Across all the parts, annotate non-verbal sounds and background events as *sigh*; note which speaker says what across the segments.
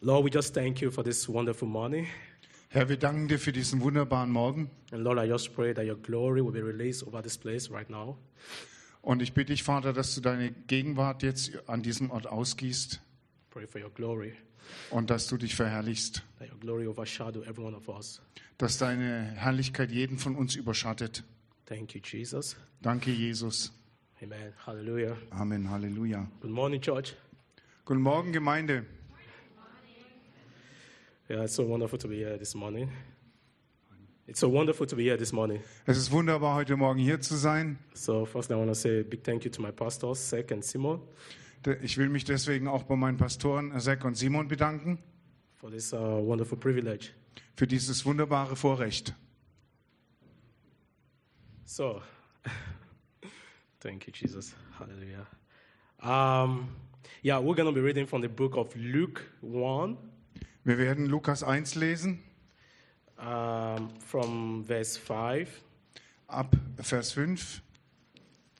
Speaker 1: Lord, we just thank you for this wonderful morning.
Speaker 2: Herr, wir danken dir für diesen wunderbaren Morgen
Speaker 1: And Lord, I just pray that your glory will be released over this place right now.
Speaker 2: und ich bitte dich, Vater, dass du deine Gegenwart jetzt an diesem Ort ausgießt
Speaker 1: Pray for your glory,
Speaker 2: und dass du dich verherrlichst,
Speaker 1: that your glory overshadow every one of us.
Speaker 2: dass deine Herrlichkeit jeden von uns überschattet.
Speaker 1: Thank you, Jesus.
Speaker 2: Danke, Jesus.
Speaker 1: Amen. Hallelujah.
Speaker 2: Amen, Halleluja.
Speaker 1: Good morning, church.
Speaker 2: Guten Morgen, Gemeinde.
Speaker 1: Yeah, it's so wonderful to be here this morning. It's so wonderful to be here this morning.
Speaker 2: Es ist wunderbar, heute Morgen hier zu sein.
Speaker 1: So, first, I want to say a big thank you to my pastors, Sek and Simon,
Speaker 2: De- Ich will mich deswegen auch bei meinen Pastoren Zack und Simon bedanken
Speaker 1: for this uh, wonderful privilege.
Speaker 2: für dieses wunderbare Vorrecht.
Speaker 1: So, *laughs* thank you, Jesus. Hallelujah. Um, yeah, we're going to be reading from the book of Luke 1,
Speaker 2: Wir werden Lukas 1 lesen,
Speaker 1: um, from verse 5
Speaker 2: ab Vers 5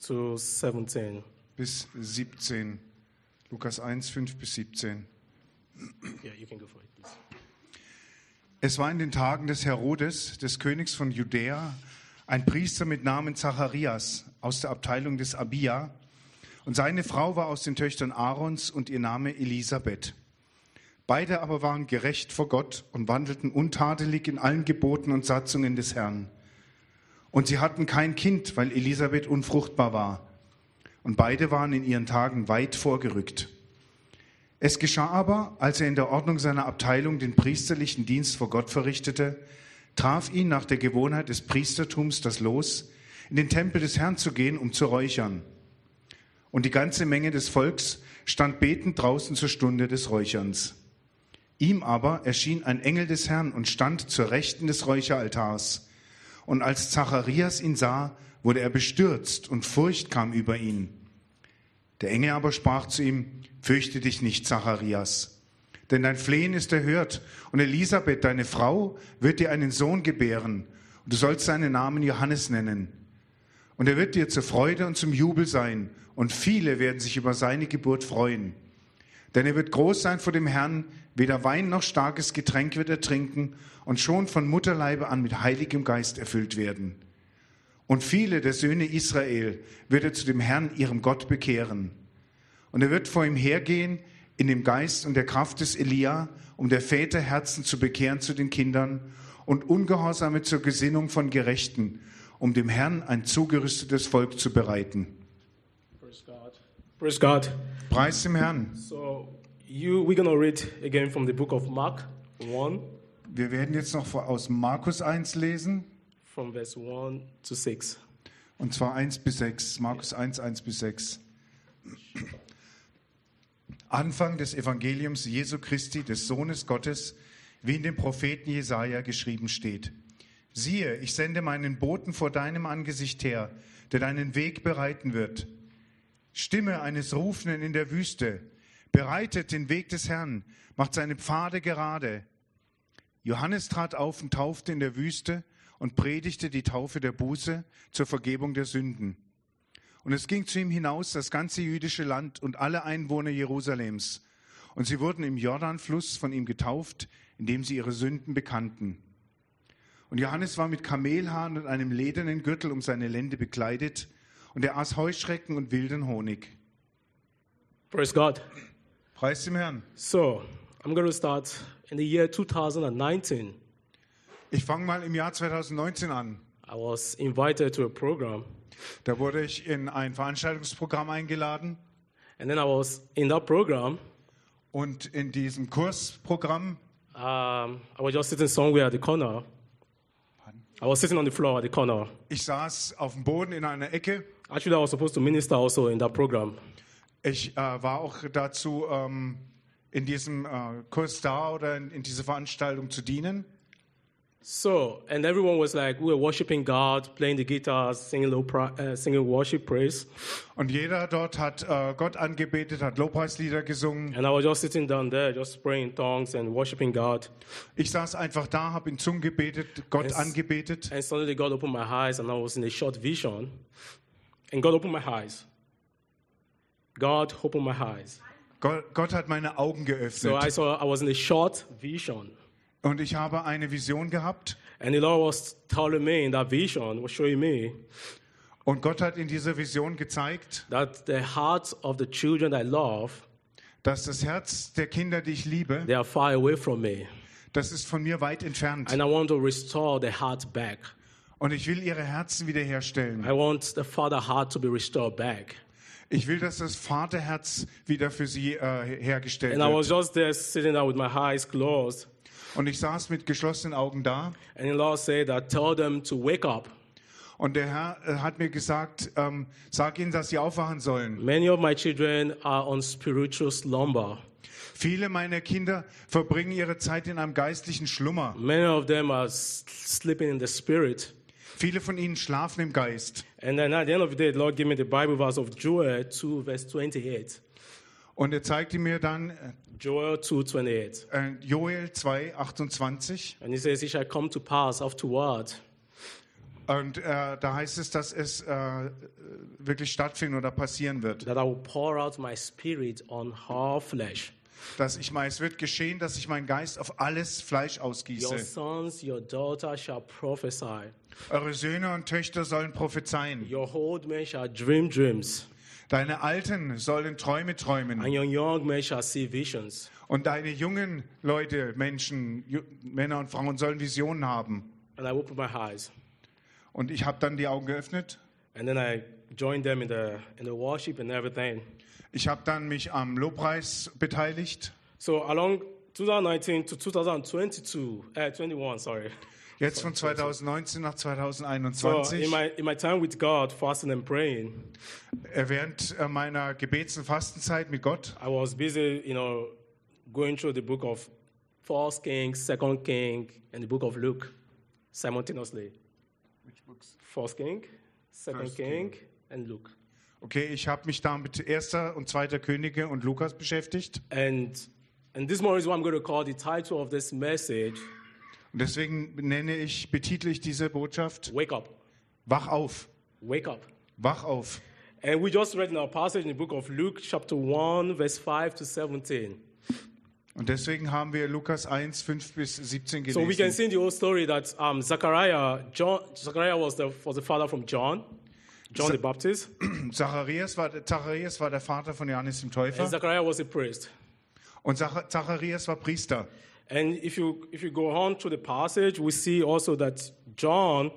Speaker 1: to 17.
Speaker 2: bis 17. Lukas 1, 5 bis 17.
Speaker 1: Yeah, you can go for it, please.
Speaker 2: Es war in den Tagen des Herodes, des Königs von Judäa, ein Priester mit Namen Zacharias aus der Abteilung des Abia. Und seine Frau war aus den Töchtern Aarons und ihr Name Elisabeth. Beide aber waren gerecht vor Gott und wandelten untadelig in allen Geboten und Satzungen des Herrn. Und sie hatten kein Kind, weil Elisabeth unfruchtbar war. Und beide waren in ihren Tagen weit vorgerückt. Es geschah aber, als er in der Ordnung seiner Abteilung den priesterlichen Dienst vor Gott verrichtete, traf ihn nach der Gewohnheit des Priestertums das Los, in den Tempel des Herrn zu gehen, um zu räuchern. Und die ganze Menge des Volks stand betend draußen zur Stunde des Räucherns. Ihm aber erschien ein Engel des Herrn und stand zur Rechten des Räucheraltars. Und als Zacharias ihn sah, wurde er bestürzt und Furcht kam über ihn. Der Engel aber sprach zu ihm, fürchte dich nicht, Zacharias, denn dein Flehen ist erhört, und Elisabeth, deine Frau, wird dir einen Sohn gebären, und du sollst seinen Namen Johannes nennen. Und er wird dir zur Freude und zum Jubel sein, und viele werden sich über seine Geburt freuen. Denn er wird groß sein vor dem Herrn, weder Wein noch starkes Getränk wird er trinken, und schon von Mutterleibe an mit heiligem Geist erfüllt werden. Und viele der Söhne Israel wird er zu dem Herrn, ihrem Gott, bekehren. Und er wird vor ihm hergehen in dem Geist und der Kraft des Elia, um der Väter Herzen zu bekehren zu den Kindern und Ungehorsame zur Gesinnung von Gerechten, um dem Herrn ein zugerüstetes Volk zu bereiten.
Speaker 1: Praise God. Praise God.
Speaker 2: Preis dem Herrn.
Speaker 1: So, you, we're going to read again from the book of Mark 1,
Speaker 2: Wir werden jetzt noch vor- aus Markus 1 lesen,
Speaker 1: from verse 1 to 6.
Speaker 2: und zwar 1 bis 6. Markus 1, 1 bis 6. Anfang des Evangeliums Jesu Christi, des Sohnes Gottes, wie in dem Propheten Jesaja geschrieben steht. Siehe, ich sende meinen Boten vor deinem Angesicht her, der deinen Weg bereiten wird. Stimme eines Rufenden in der Wüste, bereitet den Weg des Herrn, macht seine Pfade gerade. Johannes trat auf und taufte in der Wüste und predigte die Taufe der Buße zur Vergebung der Sünden. Und es ging zu ihm hinaus das ganze jüdische Land und alle Einwohner Jerusalems. Und sie wurden im Jordanfluss von ihm getauft, indem sie ihre Sünden bekannten. Und Johannes war mit Kamelhaaren und einem ledernen Gürtel um seine Lände bekleidet, und er aß Heuschrecken und wilden Honig.
Speaker 1: Praise God.
Speaker 2: Preis dem Herrn.
Speaker 1: So, I'm going to start in the year 2019.
Speaker 2: Ich fange mal im Jahr 2019 an.
Speaker 1: I was invited to a program,
Speaker 2: Da wurde ich in ein Veranstaltungsprogramm eingeladen.
Speaker 1: and then I was in that program.
Speaker 2: Und in diesem Kursprogramm,
Speaker 1: Um, I was just sitting somewhere at the corner. I was sitting on the floor at the corner.
Speaker 2: ich saß auf dem Boden in einer Ecke.
Speaker 1: Actually, I was supposed to minister also in that program.
Speaker 2: Ich äh, war auch dazu ähm, in diesem äh, Kurs da oder in, in dieser Veranstaltung zu dienen.
Speaker 1: So, and everyone was like, we were worshiping God, playing the guitar, singing, low pri- uh, singing worship praise.
Speaker 2: Und jeder dort hat äh, Gott angebetet, hat Lobpreislieder gesungen.
Speaker 1: And I was just sitting down there, just praying in tongues and worshiping God.
Speaker 2: Ich saß einfach da, habe in Zungen gebetet, Gott
Speaker 1: Es-
Speaker 2: angebetet.
Speaker 1: And suddenly God opened my eyes, and I was in a short vision. And God opened my eyes. God opened my eyes.
Speaker 2: Go- Gott hat meine Augen
Speaker 1: So also- I
Speaker 2: geöffnet
Speaker 1: saw I was in a short vision.
Speaker 2: und ich habe eine Vision gehabt
Speaker 1: And the Lord was telling me in that vision, was showing me
Speaker 2: und Gott hat in dieser Vision gezeigt,
Speaker 1: that the hearts of the children I love,
Speaker 2: dass das Herz der Kinder, die ich liebe,
Speaker 1: they are far away from me.
Speaker 2: das ist von mir weit entfernt
Speaker 1: And I want to restore the heart back.
Speaker 2: und ich will ihre Herzen wiederherstellen.
Speaker 1: I want the father heart to be restored back.
Speaker 2: Ich will, dass das Vaterherz wieder für sie äh, hergestellt
Speaker 1: And I was
Speaker 2: wird.
Speaker 1: just there sitting there with my eyes closed.
Speaker 2: Und ich saß mit geschlossenen Augen da
Speaker 1: And the Lord said, I tell them to wake up.
Speaker 2: und der Herr äh, hat mir gesagt, ähm, sag ihnen, dass sie aufwachen sollen.
Speaker 1: Many of my children are on spiritual slumber.
Speaker 2: Viele meiner Kinder verbringen ihre Zeit in einem geistlichen Schlummer.
Speaker 1: Many of them are s- sleeping in the spirit.
Speaker 2: Viele von ihnen schlafen im Geist.
Speaker 1: And then at the end of the day, the Lord gave me the Bible verse of Joel 2, verse 28.
Speaker 2: Und er zeigte mir dann äh,
Speaker 1: Joel 2, 28.
Speaker 2: äh, Joel 2, 28.
Speaker 1: And he says, It shall come to pass afterward
Speaker 2: Und äh, da heißt es, dass es äh, wirklich stattfinden oder passieren wird.
Speaker 1: that I will pour out my spirit on all flesh.
Speaker 2: Dass ich mal, es wird geschehen, dass ich meinen Geist auf alles Fleisch
Speaker 1: Your
Speaker 2: ausgieße.
Speaker 1: sons, your daughters shall prophesy.
Speaker 2: Eure Söhne und Töchter sollen prophezeien.
Speaker 1: Your old men shall dream dreams,
Speaker 2: Deine Alten sollen Träume
Speaker 1: and
Speaker 2: träumen.
Speaker 1: your young men shall see visions.
Speaker 2: Und deine jungen Leute, Menschen, Ju- Männer und Frauen sollen Visionen haben.
Speaker 1: And I opened my eyes,
Speaker 2: Und ich habe dann die Augen geöffnet.
Speaker 1: and then I joined them in the in the worship and everything.
Speaker 2: Ich habe dann mich am Lobpreis beteiligt.
Speaker 1: So along 2019 to 2022, uh, 21, sorry.
Speaker 2: Jetzt von 2019 nach
Speaker 1: So in
Speaker 2: 2021.
Speaker 1: my in my time with God, fasting and praying,
Speaker 2: Äh, Während äh, meiner Gebets- und Fastenzeit mit Gott
Speaker 1: I was busy, you know, going through the book of First Kings, Second King, and the book of Luke simultaneously. First King, Second
Speaker 2: First
Speaker 1: King, and Luke.
Speaker 2: Okay, ich habe mich da mit erster und zweiter Könige und Lukas beschäftigt.
Speaker 1: And and this morning is what I'm going to call the title of this message:
Speaker 2: Und deswegen nenne ich, betitle ich diese Botschaft
Speaker 1: "Wake Up,
Speaker 2: Wach auf,
Speaker 1: Wake Up."
Speaker 2: wach auf.
Speaker 1: And we just read in our passage in the book of Luke, chapter one, verse five to seventeen.
Speaker 2: Und deswegen haben wir Lukas 1, 5 bis 17
Speaker 1: So we can
Speaker 2: gelesen.
Speaker 1: see in the whole story that um, Zechariah, John, Zechariah was the was the father from John, John the Baptist,
Speaker 2: Zacharias war, Zacharias war der Vater von Johannes dem *clears throat*
Speaker 1: and
Speaker 2: Täufer
Speaker 1: Zechariah was a priest.
Speaker 2: und Zach- Zacharias war Priester.
Speaker 1: And if you if you go on to the passage, we see also that John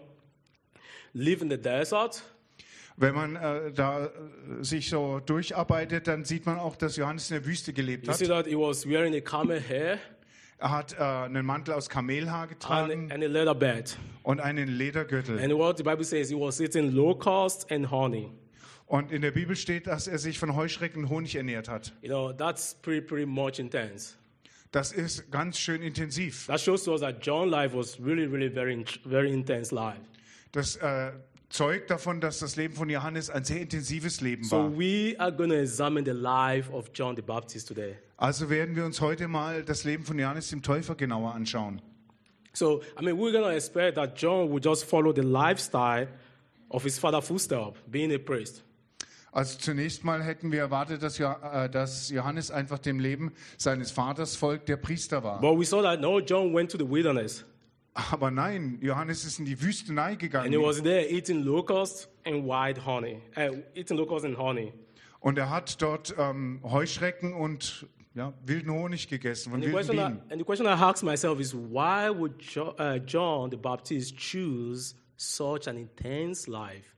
Speaker 1: lived in the desert,
Speaker 2: Wenn man äh, da äh, sich so durcharbeitet, dann sieht man auch, dass Johannes in der Wüste gelebt
Speaker 1: You see
Speaker 2: hat.
Speaker 1: that he was wearing a camel hair
Speaker 2: Er hat äh, einen Mantel aus Kamelhaar
Speaker 1: and,
Speaker 2: getragen
Speaker 1: and a leather bed.
Speaker 2: und einen Ledergürtel.
Speaker 1: And what the Bible says, he was eating locusts and honey.
Speaker 2: Und in der Bibel steht, dass er sich von Heuschrecken und Honig ernährt hat.
Speaker 1: You know, that's pretty, pretty much intense.
Speaker 2: Das ist ganz schön intensiv.
Speaker 1: That shows to us that John's life was really, really very, in- very intense life.
Speaker 2: Das äh, zeugt davon, dass das Leben von Johannes ein sehr intensives Leben
Speaker 1: So
Speaker 2: war.
Speaker 1: we are going to examine the life of John the Baptist today.
Speaker 2: Also werden wir uns heute mal das Leben von Johannes dem Täufer genauer anschauen.
Speaker 1: So, I mean, we're going to expect that John would just follow the lifestyle of his father footstep, being a priest.
Speaker 2: Also zunächst mal hätten wir erwartet, dass, Jo- äh, dass Johannes einfach dem Leben seines Vaters folgt, der Priester war.
Speaker 1: But we saw that no, John went to the wilderness
Speaker 2: Aber nein, Johannes ist in die Wüstenei
Speaker 1: and he
Speaker 2: gegangen
Speaker 1: was there eating locusts and wild honey, uh, eating locusts and honey.
Speaker 2: und er hat dort ähm, Heuschrecken und ja, wilden Honig gegessen von
Speaker 1: The
Speaker 2: wilden
Speaker 1: question I,
Speaker 2: Bienen.
Speaker 1: and the question I ask myself is why would jo, uh, John the Baptist choose such an intense life?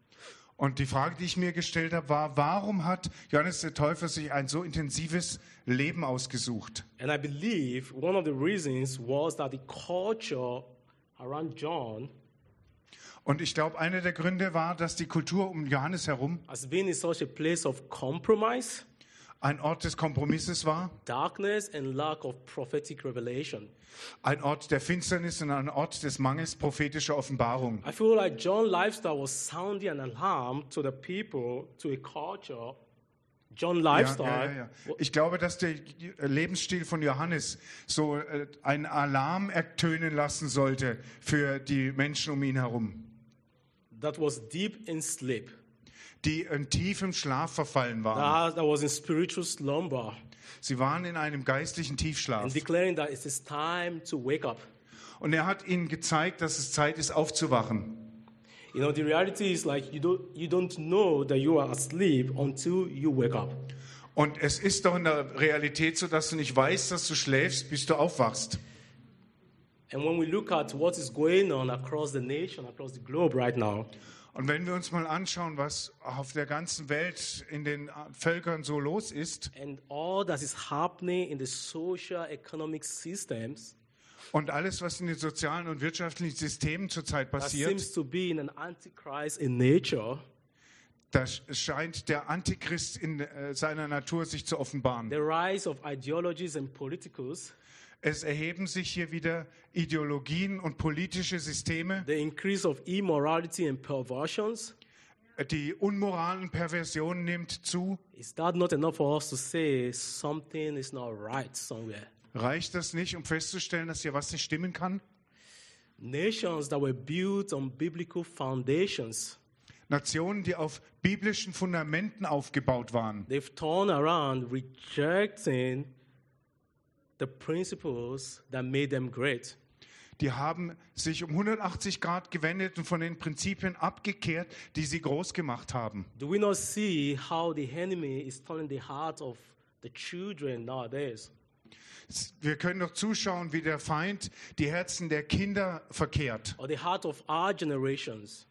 Speaker 2: Und die Frage, die ich mir gestellt habe, war, warum hat Johannes der Täufer sich ein so intensives Leben ausgesucht?
Speaker 1: And I believe one of the reasons was that the culture around John,
Speaker 2: Und ich glaube, einer der Gründe war, dass die Kultur um Johannes herum
Speaker 1: as being in such a place of compromise,
Speaker 2: ein Ort des Kompromisses war,
Speaker 1: darkness, and lack of prophetic revelation.
Speaker 2: ein Ort der Finsternis und ein Ort des Mangels prophetischer Offenbarung.
Speaker 1: I feel like John's lifestyle was sounding an alarm to the people, to a culture. John's
Speaker 2: Ja,
Speaker 1: lifestyle
Speaker 2: ja, ja, ja. Ich glaube, dass der Lebensstil von Johannes so äh, einen Alarm ertönen lassen sollte für die Menschen um ihn herum,
Speaker 1: that was deep in sleep,
Speaker 2: die in tiefem Schlaf verfallen waren,
Speaker 1: that, that was in spiritual slumber,
Speaker 2: Sie waren in einem geistlichen Tiefschlaf.
Speaker 1: and declaring that it is time to wake up.
Speaker 2: Und er hat ihnen gezeigt, dass es Zeit ist, aufzuwachen.
Speaker 1: You know, the reality is like you don't, you don't know that you are asleep until you wake up.
Speaker 2: Und es ist doch in der Realität so, dass du nicht weißt, dass du schläfst, bis du aufwachst.
Speaker 1: And when we look at what is going on across the nation, across the globe right now,
Speaker 2: Und wenn wir uns mal anschauen, was auf der ganzen Welt in den Völkern so los ist
Speaker 1: and all that is happening in the social economic systems
Speaker 2: und alles, was in den sozialen und wirtschaftlichen Systemen zurzeit
Speaker 1: that
Speaker 2: passiert,
Speaker 1: seems to be in an antichrist in nature,
Speaker 2: da scheint der Antichrist in äh, seiner Natur sich zu offenbaren.
Speaker 1: the rise of ideologies and politicals,
Speaker 2: Es erheben sich hier wieder Ideologien und politische Systeme,
Speaker 1: the increase of immorality and perversions.
Speaker 2: die Unmoral und Perversion nimmt zu.
Speaker 1: Is that not enough for us to say something is not right somewhere?
Speaker 2: Reicht das nicht, um festzustellen, dass hier was nicht stimmen kann?
Speaker 1: Nations that were built on biblical foundations,
Speaker 2: Nationen, die auf biblischen Fundamenten aufgebaut waren,
Speaker 1: they've turned around rejecting the principles that made them great.
Speaker 2: die haben sich um 180 Grad gewendet und von den Prinzipien abgekehrt, die sie groß gemacht haben.
Speaker 1: Do we not see how the enemy is turning the heart of the children nowadays?
Speaker 2: Wir können doch zuschauen, wie der Feind die Herzen der Kinder verkehrt
Speaker 1: Or the heart of our generations,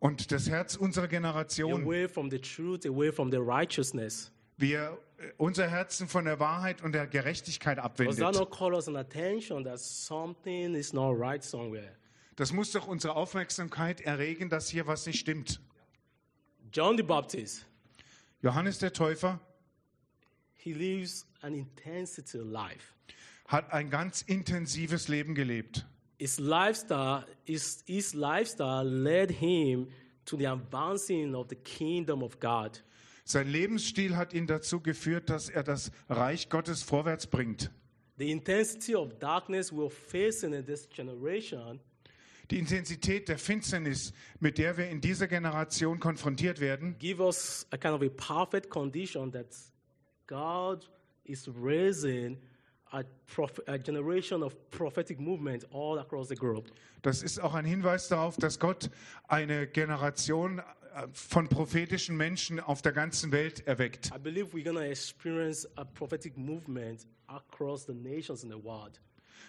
Speaker 2: und das Herz unserer Generation,
Speaker 1: away from the truth, away from the righteousness?
Speaker 2: wie er äh, unser Herzen von der Wahrheit und der Gerechtigkeit
Speaker 1: Does that
Speaker 2: abwendet.
Speaker 1: not call us an attention that something is not right somewhere?
Speaker 2: Das muss doch unsere Aufmerksamkeit erregen, dass hier was nicht stimmt.
Speaker 1: John the Baptist,
Speaker 2: Johannes der Täufer
Speaker 1: he lives an intensity life.
Speaker 2: hat ein ganz intensives Leben gelebt.
Speaker 1: His lifestyle, his, his lifestyle led him to the advancing of the kingdom of God.
Speaker 2: Sein Lebensstil hat ihn dazu geführt, dass er das Reich Gottes vorwärts bringt.
Speaker 1: The intensity of darkness we're facing in this generation
Speaker 2: Die Intensität der Finsternis, mit der wir in dieser Generation konfrontiert werden,
Speaker 1: give us a kind of a perfect condition that God is raising a, proph- a generation of prophetic movement all across the globe.
Speaker 2: das ist auch ein Hinweis darauf, dass Gott eine Generation äh, von prophetischen Menschen auf der ganzen Welt erweckt.
Speaker 1: I believe we're going to experience a prophetic movement across the nations in the world.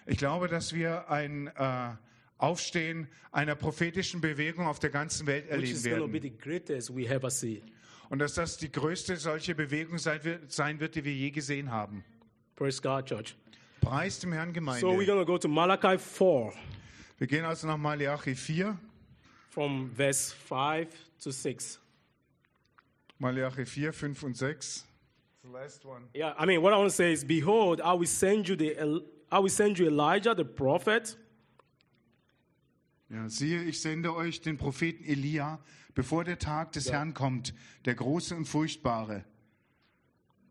Speaker 2: Ich glaube, dass wir ein äh, Aufstehen einer prophetischen Bewegung auf der ganzen Welt
Speaker 1: which is
Speaker 2: erleben
Speaker 1: going to be
Speaker 2: werden.
Speaker 1: the greatest we ever see.
Speaker 2: Und dass das die größte solche Bewegung sein wird, sein wird, die wir je gesehen haben.
Speaker 1: Praise God, church.
Speaker 2: Preis dem Herrn Gemeinde.
Speaker 1: So we're going to go to Malachi 4
Speaker 2: Wir gehen also nach Malachi 4.
Speaker 1: from verse 5 to 6.
Speaker 2: Malachi 4, 5 und 6. The last one.
Speaker 1: Yeah, I mean, what I want to say is, behold, I will send you the El- I will send you Elijah the prophet
Speaker 2: Ja, siehe, ich sende euch den Propheten Elia, bevor der Tag des Herrn kommt, der große und furchtbare.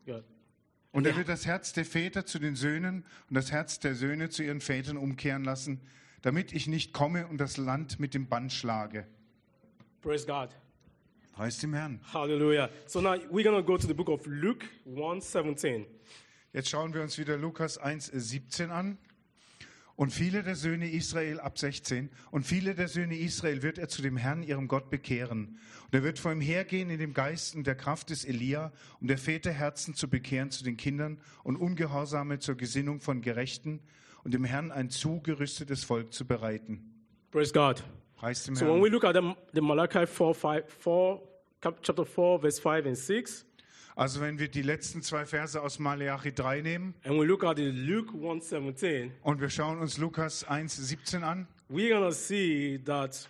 Speaker 1: yeah,
Speaker 2: Und er wird das Herz der Väter zu den Söhnen und das Herz der Söhne zu ihren Vätern umkehren lassen, damit ich nicht komme und das Land mit dem Bann schlage.
Speaker 1: praise God,
Speaker 2: Preis dem Herrn.
Speaker 1: Hallelujah. So now we're going to go to the book of Luke 1:17.
Speaker 2: Jetzt schauen wir uns wieder Lukas 1, äh, 17 an. Und viele der Söhne Israel ab 16 und viele der Söhne Israel wird er zu dem Herrn, ihrem Gott, bekehren. Und er wird vor ihm hergehen in dem Geist und der Kraft des Elia, um der Väter Herzen zu bekehren zu den Kindern und Ungehorsame zur Gesinnung von Gerechten und dem Herrn ein zugerüstetes Volk zu bereiten.
Speaker 1: Praise God.
Speaker 2: Preis dem
Speaker 1: So when
Speaker 2: Herrn.
Speaker 1: we look at the, the Malachi 4, 5, 4 cap- chapter 4 verse 5 and 6,
Speaker 2: Also wenn wir die letzten zwei Verse aus Maleachi 3 nehmen
Speaker 1: and we look at the Luke 1:17,
Speaker 2: und wir schauen uns Lukas 1, 17 an,
Speaker 1: we're going to see that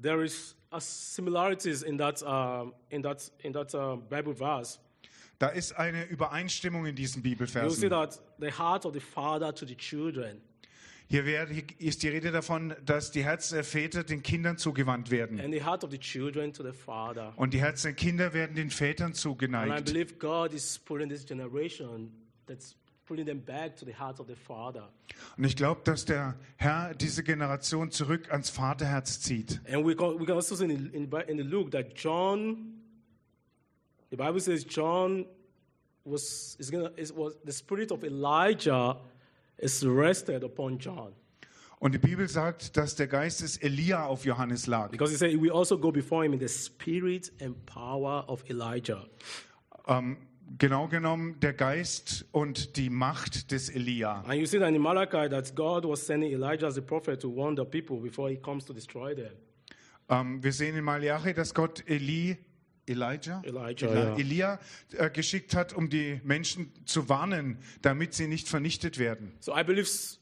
Speaker 1: there is a similarities in that, um, in that, in that uh, Bible verse.
Speaker 2: da ist eine Übereinstimmung in diesen
Speaker 1: You'll see
Speaker 2: Bibelversen.
Speaker 1: that the heart of the father to the children.
Speaker 2: Hier, wär- hier ist die Rede davon, dass die Herzen der Väter den Kindern zugewandt werden.
Speaker 1: And the heart of the children to the father.
Speaker 2: Und die Herzen der Kinder werden den Vätern
Speaker 1: And I
Speaker 2: zugeneigt.
Speaker 1: believe God is pulling this generation, that's pulling them back to the heart of the father.
Speaker 2: Und ich glaube, dass der Herr diese Generation zurück ans Vaterherz zieht.
Speaker 1: And we can, we can also see in, in, Bi- in the Luke that John, the Bible says John was, is gonna, it was the spirit of Elijah is rested upon John.
Speaker 2: Und die Bibel sagt, dass der Geist des Elia auf Johannes lag.
Speaker 1: Because he said, We also go before him in the spirit and power of Elijah.
Speaker 2: Genau genommen der Geist und die Macht des Elia.
Speaker 1: And you see that in Malachi that God was sending Elijah as a prophet to warn the people before he comes to destroy them.
Speaker 2: Ähm, wir sehen in Malachi, dass Gott Eli, Elijah,
Speaker 1: Elijah,
Speaker 2: Eli-
Speaker 1: ja.
Speaker 2: Elia äh, geschickt hat, um die Menschen zu warnen, damit sie nicht vernichtet werden.
Speaker 1: So I believe s-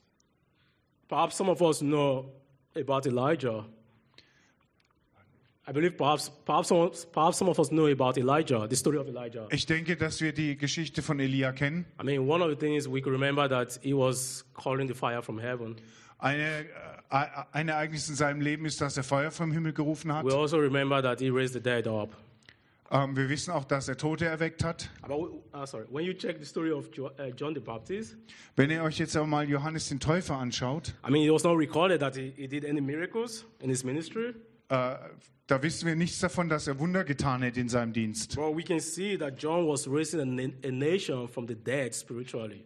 Speaker 1: perhaps some of us know about Elijah. I believe perhaps, perhaps, some, perhaps some of us know about Elijah, the story of Elijah.
Speaker 2: Ich denke, dass wir die Geschichte von Elia kennen.
Speaker 1: I mean, one of the things we could remember that he was calling the fire from heaven.
Speaker 2: Eine, äh, ein Ereignis in seinem Leben ist, dass er Feuer vom Himmel gerufen hat.
Speaker 1: We also remember that he raised the dead up.
Speaker 2: Ähm, wir wissen auch, dass er Tote erweckt hat.
Speaker 1: But we, uh, sorry, when you check the story of jo- uh, John the Baptist,
Speaker 2: Wenn ihr euch jetzt aber mal Johannes den Täufer anschaut,
Speaker 1: I mean, it was not recorded that he, he did any miracles in his ministry.
Speaker 2: äh, da wissen wir nichts davon, dass er Wunder getan hätte in seinem Dienst.
Speaker 1: But we can see that John was raising a, na- a nation from the dead spiritually.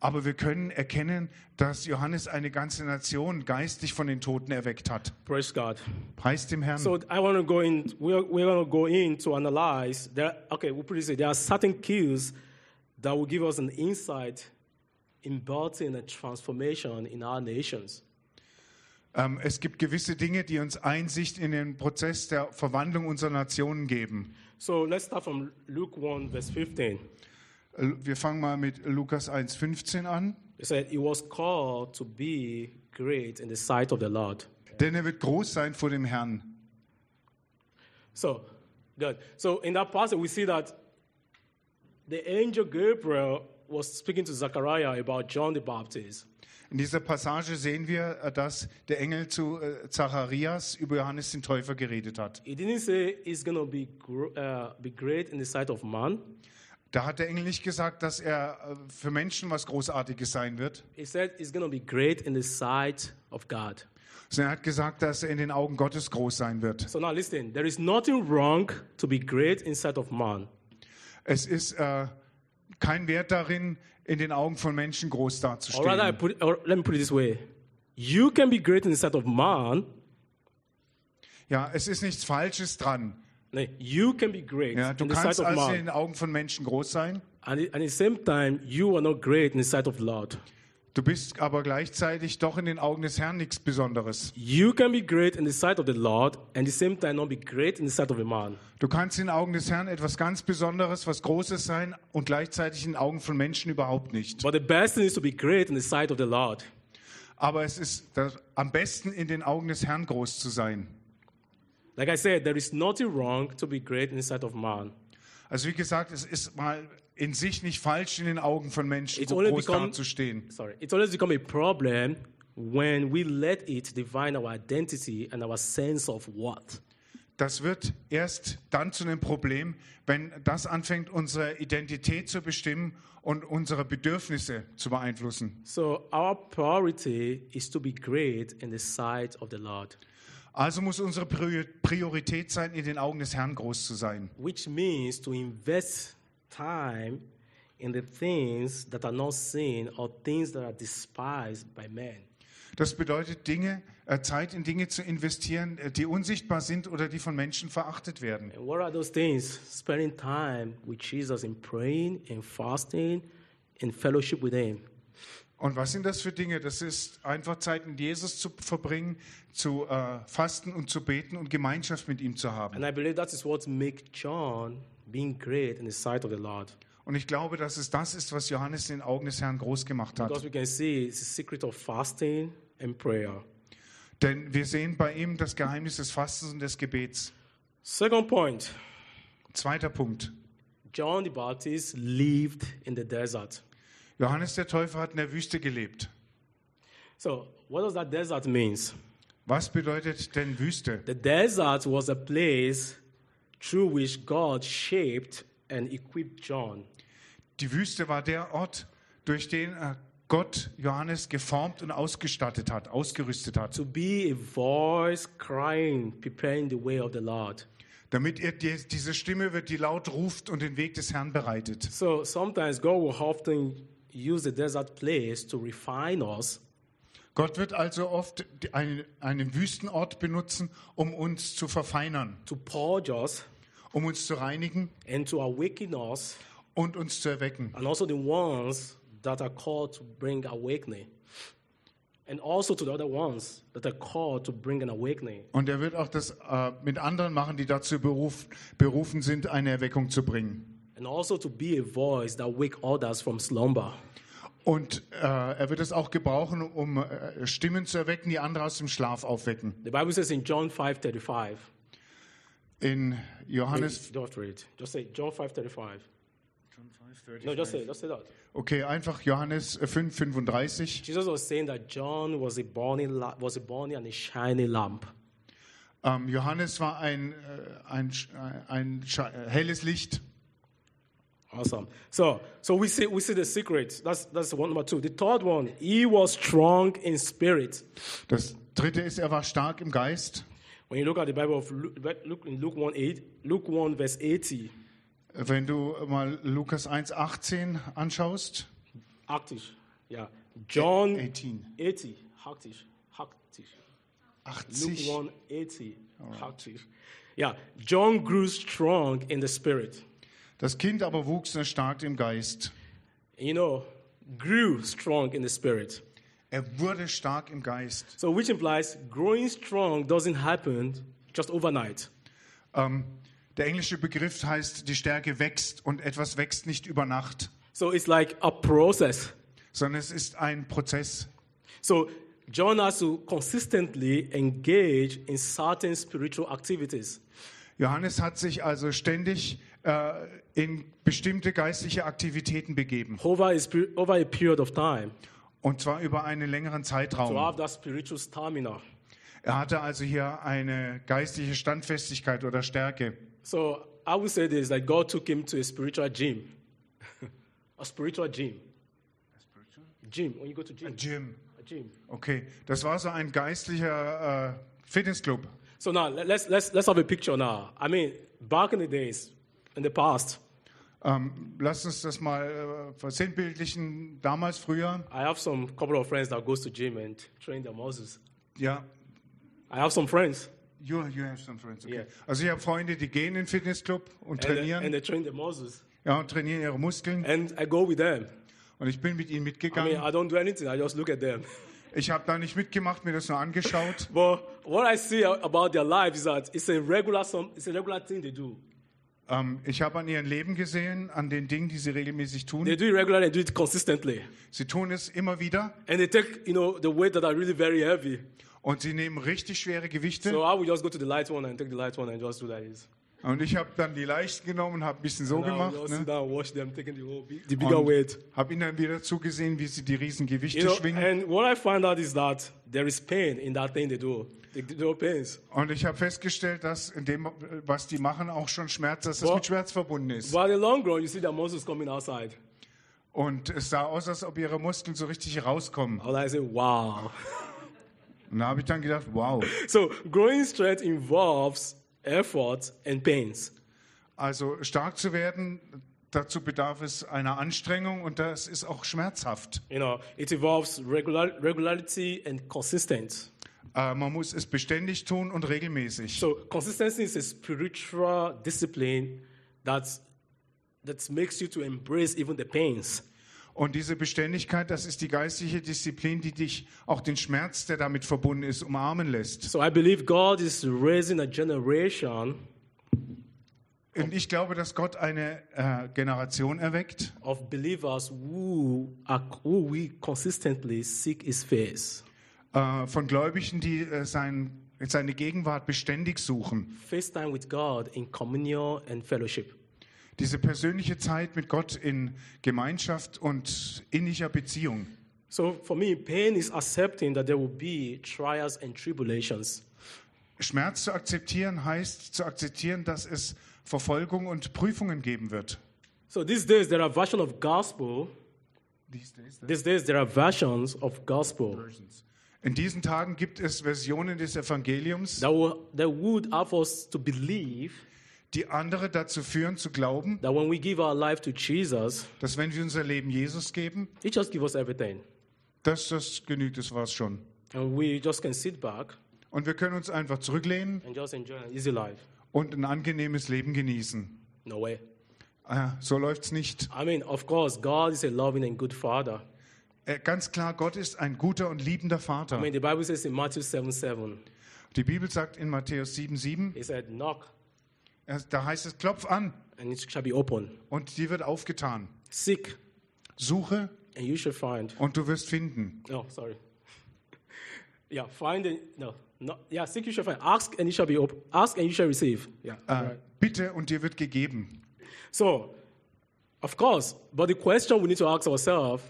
Speaker 2: Aber wir können erkennen, dass Johannes eine ganze Nation geistlich von den Toten erweckt hat.
Speaker 1: Praise God.
Speaker 2: Preis dem Herrn.
Speaker 1: So I want to go in. We're, we're going to go in to analyze. There, okay, we'll put it this way. There are certain cues that will give us an insight in building a transformation in our nations.
Speaker 2: Ähm, es gibt gewisse Dinge, die uns Einsicht in den Prozess der Verwandlung unserer Nationen geben.
Speaker 1: So let's start from Luke 1, verse 15.
Speaker 2: Äh, Wir fangen mal mit Lukas 1,15 an.
Speaker 1: It said, He was called to be great in the sight of the Lord.
Speaker 2: Denn er wird groß sein vor dem Herrn.
Speaker 1: So, good. So in that passage, we see that the angel Gabriel was speaking to Zechariah about John the Baptist.
Speaker 2: In dieser Passage sehen wir, äh, dass der Engel zu äh, Zacharias über Johannes den Täufer geredet hat.
Speaker 1: He didn't say he's going to be, gr- uh, be great in the sight of man.
Speaker 2: Da hat der Engel nicht gesagt, dass er äh, für Menschen was Großartiges sein wird,
Speaker 1: He said he's going to be great in the sight of God.
Speaker 2: sondern er hat gesagt, dass er in den Augen Gottes groß sein wird.
Speaker 1: So now listen, there is nothing wrong to be great in sight of man.
Speaker 2: Es ist äh, kein Wert darin, in den Augen von Menschen groß
Speaker 1: Or rather, I
Speaker 2: dazustehen.
Speaker 1: put, or let me put it this way. You can be great in the sight of man.
Speaker 2: Ja, es ist nichts Falsches dran.
Speaker 1: No, You can be great
Speaker 2: Ja,
Speaker 1: in
Speaker 2: du
Speaker 1: the sight
Speaker 2: kannst
Speaker 1: of
Speaker 2: also in
Speaker 1: man.
Speaker 2: den Augen von Menschen groß sein.
Speaker 1: And at the same time, you are not great in the sight of Lord.
Speaker 2: Du bist aber gleichzeitig doch in den Augen des Herrn nichts Besonderes.
Speaker 1: You can be great in the sight of the Lord and at the same time not be great in the sight of a man.
Speaker 2: Du kannst in den Augen des Herrn etwas ganz Besonderes, was Großes sein und gleichzeitig in den Augen von Menschen überhaupt nicht.
Speaker 1: But the best thing is to be great in the sight of the Lord.
Speaker 2: Aber es ist das, am besten, in den Augen des Herrn groß zu sein.
Speaker 1: Like I said, there is nothing wrong to be great in the sight of man.
Speaker 2: Also wie gesagt, es ist mal in sich nicht falsch, in den Augen von Menschen
Speaker 1: It's only
Speaker 2: groß
Speaker 1: become-
Speaker 2: dazustehen.
Speaker 1: Sorry. It's always become a problem when we let it define our identity and our sense of worth.
Speaker 2: Das wird erst dann zu einem Problem, wenn das anfängt, unsere Identität zu bestimmen und unsere Bedürfnisse zu beeinflussen.
Speaker 1: So our priority is to be great in the sight of the Lord,
Speaker 2: Also muss unsere Prior- Priorität sein, in den Augen des Herrn groß zu sein.
Speaker 1: which means to invest time in the things that are not seen or things that are despised by men.
Speaker 2: Das bedeutet, Dinge, äh, Zeit in Dinge zu investieren, äh, die unsichtbar sind oder die von Menschen verachtet werden.
Speaker 1: And what are those things? Spending time with Jesus in praying and fasting in fellowship with him.
Speaker 2: Und was sind das für Dinge? Das ist einfach Zeit in Jesus zu verbringen, zu äh, fasten und zu beten und Gemeinschaft mit ihm zu haben.
Speaker 1: And I believe that is what makes John being great in the sight of the Lord.
Speaker 2: Und ich glaube, dass es das ist, was Johannes in den Augen des Herrn groß gemacht hat.
Speaker 1: Because we can see it's the secret of fasting and prayer.
Speaker 2: Denn wir sehen bei ihm das Geheimnis des Fastens und des Gebets.
Speaker 1: Second point
Speaker 2: Zweiter Punkt.
Speaker 1: John the Baptist lived in the desert.
Speaker 2: Johannes der Täufer hat in der Wüste gelebt.
Speaker 1: So, what does that desert means?
Speaker 2: Was bedeutet denn Wüste?
Speaker 1: The desert was a place through which God shaped and equipped John.
Speaker 2: Die Wüste war der Ort, durch den äh, Gott Johannes geformt und ausgestattet hat, ausgerüstet hat.
Speaker 1: to be a voice crying, preparing the way of the Lord.
Speaker 2: damit ihr die, diese Stimme wird, die laut ruft und den Weg des Herrn bereitet.
Speaker 1: So sometimes God will often use the desert place to refine us
Speaker 2: Gott wird also oft die- einen, einen Wüstenort benutzen, um uns zu verfeinern,
Speaker 1: to purge us
Speaker 2: um uns zu reinigen
Speaker 1: and to awaken us,
Speaker 2: und uns zu erwecken.
Speaker 1: and also the ones that are called to bring awakening, and also to the other ones that are called to bring an awakening.
Speaker 2: Und er wird auch das äh, mit anderen machen, die dazu beruf, berufen sind, eine Erweckung zu bringen.
Speaker 1: And also to be a voice that wake others from slumber.
Speaker 2: Und äh, er wird es auch gebrauchen, um äh, Stimmen zu erwecken, die andere aus dem Schlaf aufwecken.
Speaker 1: The Bible says in John 5:35.
Speaker 2: In Johannes.
Speaker 1: You don't have to read. Just say John 5:35. No, just say, just say that.
Speaker 2: Okay, einfach Johannes 5, 35.
Speaker 1: Jesus was saying that John was a burning, la- was a burning and a shiny lamp.
Speaker 2: Ähm, Johannes war ein, äh, ein, sch- äh, ein scha- äh, helles Licht.
Speaker 1: Awesome. So, so we see we see the secret. That's that's one number two. The third one, he was strong in spirit.
Speaker 2: Das dritte ist, er war stark im Geist.
Speaker 1: When you look at the Bible of Lu- Luke in Luke one eight, Luke one verse eighty,
Speaker 2: Wenn du mal Lukas 1, 18 anschaust.
Speaker 1: actish. Yeah, John
Speaker 2: 18.
Speaker 1: eighty, actish, actish. Luke
Speaker 2: 80.
Speaker 1: one eighty, actish. Yeah, John grew strong in the spirit.
Speaker 2: Das Kind aber wuchs sehr stark im Geist.
Speaker 1: You know, grew strong in the spirit.
Speaker 2: Er wurde stark im Geist.
Speaker 1: So, which implies growing strong doesn't happen just overnight.
Speaker 2: Ähm, der englische Begriff heißt, die Stärke wächst und etwas wächst nicht über Nacht,
Speaker 1: So it's like a process.
Speaker 2: sondern es ist ein Prozess.
Speaker 1: So John has to consistently engage in certain spiritual activities.
Speaker 2: Johannes hat sich also ständig äh, in bestimmte geistliche Aktivitäten begeben.
Speaker 1: Over a, spir- over a period of time,
Speaker 2: Und zwar über einen längeren
Speaker 1: to
Speaker 2: Zeitraum.
Speaker 1: have that spiritual stamina.
Speaker 2: Er hatte also hier eine geistliche Standfestigkeit oder Stärke.
Speaker 1: So I would say this that God took him to a spiritual gym. *laughs* a spiritual gym. Gym. When you go to gym.
Speaker 2: Jim.
Speaker 1: A gym.
Speaker 2: Okay, das war so ein geistlicher äh, Fitnessclub.
Speaker 1: So now le- let's let's let's have a picture now. I mean, back in the days, in the past,
Speaker 2: Ähm, lass uns das mal äh, versinnbildlichen. Damals früher,
Speaker 1: I have some couple of friends that goes to gym and train their muscles.
Speaker 2: ja,
Speaker 1: I have some friends
Speaker 2: you, you have some friends. Okay.
Speaker 1: Yeah.
Speaker 2: Also ich habe Freunde, die gehen in den Fitnessclub und
Speaker 1: and they,
Speaker 2: trainieren,
Speaker 1: and they train their muscles.
Speaker 2: ja, und trainieren ihre Muskeln.
Speaker 1: And I go with them.
Speaker 2: Und ich bin mit ihnen
Speaker 1: I
Speaker 2: mitgegangen.
Speaker 1: mean, I don't do anything. I just look at them.
Speaker 2: ich habe da nicht mitgemacht, mir das nur angeschaut.
Speaker 1: But what I see about their life is that it's a regular, some, it's a regular thing they do.
Speaker 2: Ähm, ich habe an ihrem Leben gesehen, an den Dingen, die sie regelmäßig
Speaker 1: They
Speaker 2: tun.
Speaker 1: do it regularly. They do it consistently.
Speaker 2: Sie tun es immer wieder
Speaker 1: And they take, you know, the weight that are really very heavy.
Speaker 2: und sie nehmen richtig schwere Gewichte.
Speaker 1: So I will just go to the light one and take the light one and just do like this.
Speaker 2: Und ich habe dann die leichten genommen und habe ein bisschen so
Speaker 1: And I will
Speaker 2: gemacht.
Speaker 1: just
Speaker 2: Ne?
Speaker 1: sit down and watch them taking the, whole, big- the bigger weight.
Speaker 2: Und habe ihnen dann wieder zugesehen, wie sie die riesen Gewichte
Speaker 1: You know,
Speaker 2: schwingen.
Speaker 1: and what I find out is that there is pain in that thing they do. They do pains.
Speaker 2: Und ich habe festgestellt, dass in dem, was die machen, auch schon Schmerz, dass das
Speaker 1: Boah.
Speaker 2: mit Schmerz verbunden ist.
Speaker 1: But in the long run, you see their muscles coming outside.
Speaker 2: Und es sah aus, als ob ihre Muskeln so richtig rauskommen.
Speaker 1: And I say, wow.
Speaker 2: Und da habe ich dann gedacht, wow.
Speaker 1: So growing strength involves effort and pains.
Speaker 2: Also stark zu werden, dazu bedarf es einer Anstrengung und das ist auch schmerzhaft.
Speaker 1: You know, it involves regular, regularity and consistency.
Speaker 2: Äh, man muss es beständig tun und regelmäßig.
Speaker 1: So consistency is a spiritual discipline that that makes you to embrace even the pains.
Speaker 2: Und diese Beständigkeit, das ist die geistliche Disziplin, die dich auch den Schmerz, der damit verbunden ist, umarmen lässt.
Speaker 1: So I believe God is raising a generation
Speaker 2: Und ich glaube, dass Gott eine äh, Generation erweckt,
Speaker 1: of believers who are who we consistently seek His face,
Speaker 2: äh, von Gläubigen, die äh, sein, seine Gegenwart beständig suchen.
Speaker 1: face time with God in communion and fellowship.
Speaker 2: Diese persönliche Zeit mit Gott in Gemeinschaft und inniger Beziehung.
Speaker 1: So for me, pain is accepting that there will be trials and tribulations.
Speaker 2: Schmerz zu akzeptieren heißt zu akzeptieren, dass es Verfolgung und Prüfungen geben wird.
Speaker 1: So these days there are versions of gospel. These days there are versions of gospel
Speaker 2: In diesen Tagen gibt es Versionen des Evangeliums,
Speaker 1: that, will, that would have us to believe
Speaker 2: die andere dazu führen zu glauben,
Speaker 1: that when we give our life to Jesus,
Speaker 2: dass wenn wir unser Leben Jesus geben,
Speaker 1: He just gives us everything.
Speaker 2: dass das genügt, das war's schon.
Speaker 1: And we just can sit back
Speaker 2: Und wir können uns einfach zurücklehnen
Speaker 1: and just enjoy an easy life.
Speaker 2: und ein angenehmes Leben genießen.
Speaker 1: No way.
Speaker 2: Äh, so läuft's nicht.
Speaker 1: I mean, of course, God is a loving and good Father.
Speaker 2: Äh, ganz klar, Gott ist ein guter und liebender Vater.
Speaker 1: I mean, the Bible says in Matthew 7 7,
Speaker 2: Die Bibel sagt in Matthäus 7,7,
Speaker 1: He said, Knock
Speaker 2: äh, da heißt es, klopf an
Speaker 1: and it shall be open.
Speaker 2: und dir wird aufgetan.
Speaker 1: Seek
Speaker 2: Suche
Speaker 1: and you shall find.
Speaker 2: und du wirst finden.
Speaker 1: No, Oh, sorry. *laughs* yeah, find it. No, no. Yeah, seek you shall find. Ask and you shall be open. Ask and you shall receive. Yeah.
Speaker 2: Äh, Bitte und dir wird gegeben.
Speaker 1: So, of course, but the question we need to ask ourselves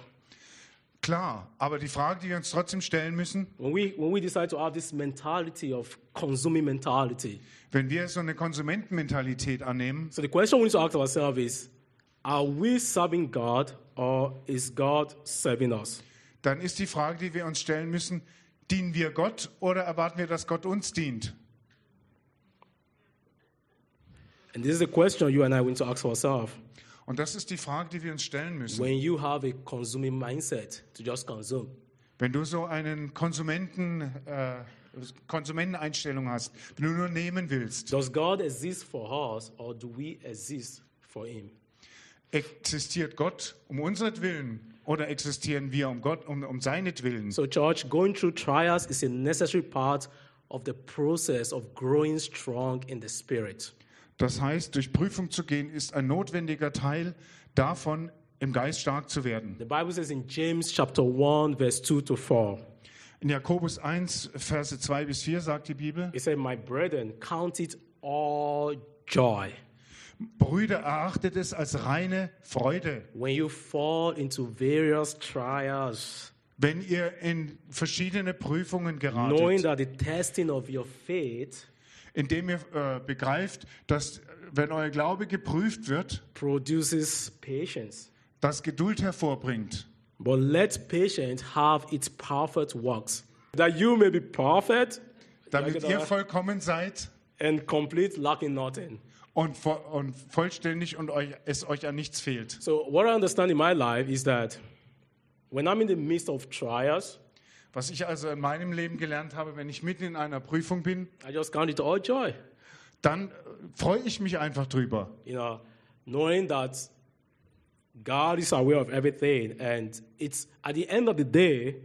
Speaker 2: Klar, aber die Frage, die wir uns trotzdem stellen müssen,
Speaker 1: when we when we decide to have this mentality of consuming mentality.
Speaker 2: wenn wir so eine Konsumentenmentalität annehmen,
Speaker 1: So the question we need to ask ourselves is: Are we serving God or is God serving us?
Speaker 2: dann ist die Frage, die wir uns stellen müssen, dienen wir Gott oder erwarten wir, dass Gott uns dient?
Speaker 1: And this is the question you and I need to ask ourselves.
Speaker 2: Und das ist die Frage, die wir uns stellen müssen.
Speaker 1: When you have a consuming mindset to just consume,
Speaker 2: Wenn du so einen Konsumenten, äh, Konsumenteneinstellung hast, wenn du nur nehmen willst,
Speaker 1: does God exist for us or do we exist for Him?
Speaker 2: existiert Gott um unseretwillen oder existieren wir um Gott, um, um seinetwillen?
Speaker 1: So, church, going through trials is a necessary part of the process of growing strong in the Spirit.
Speaker 2: Das heißt, durch Prüfung zu gehen, ist ein notwendiger Teil davon, im Geist stark zu werden.
Speaker 1: The Bible says in James chapter 1, verse 2 to 4,
Speaker 2: In Jakobus 1, Verse 2 bis 4 sagt die Bibel,
Speaker 1: it said, My brethren, count it all joy
Speaker 2: Brüder, erachtet es als reine Freude,
Speaker 1: when you fall into various trials,
Speaker 2: wenn ihr in verschiedene Prüfungen
Speaker 1: knowing
Speaker 2: geratet,
Speaker 1: that the testing of your faith
Speaker 2: indem ihr äh, begreift, dass äh, wenn euer Glaube geprüft wird,
Speaker 1: produces patience.
Speaker 2: das Geduld hervorbringt.
Speaker 1: But let patience have its perfect works, that you may be perfect
Speaker 2: Damit
Speaker 1: Ja, genau.
Speaker 2: ihr vollkommen seid
Speaker 1: and complete, lacking nothing.
Speaker 2: und, vo und vollständig und euch, es euch an nichts fehlt.
Speaker 1: So, what I understand in my life is that when I'm in the midst of trials,
Speaker 2: Was ich also in meinem Leben gelernt habe, wenn ich mitten in einer Prüfung bin,
Speaker 1: I just count it all joy,
Speaker 2: dann äh, freue ich mich einfach drüber.
Speaker 1: you know, knowing that God is aware of everything, and it's at the end of the day,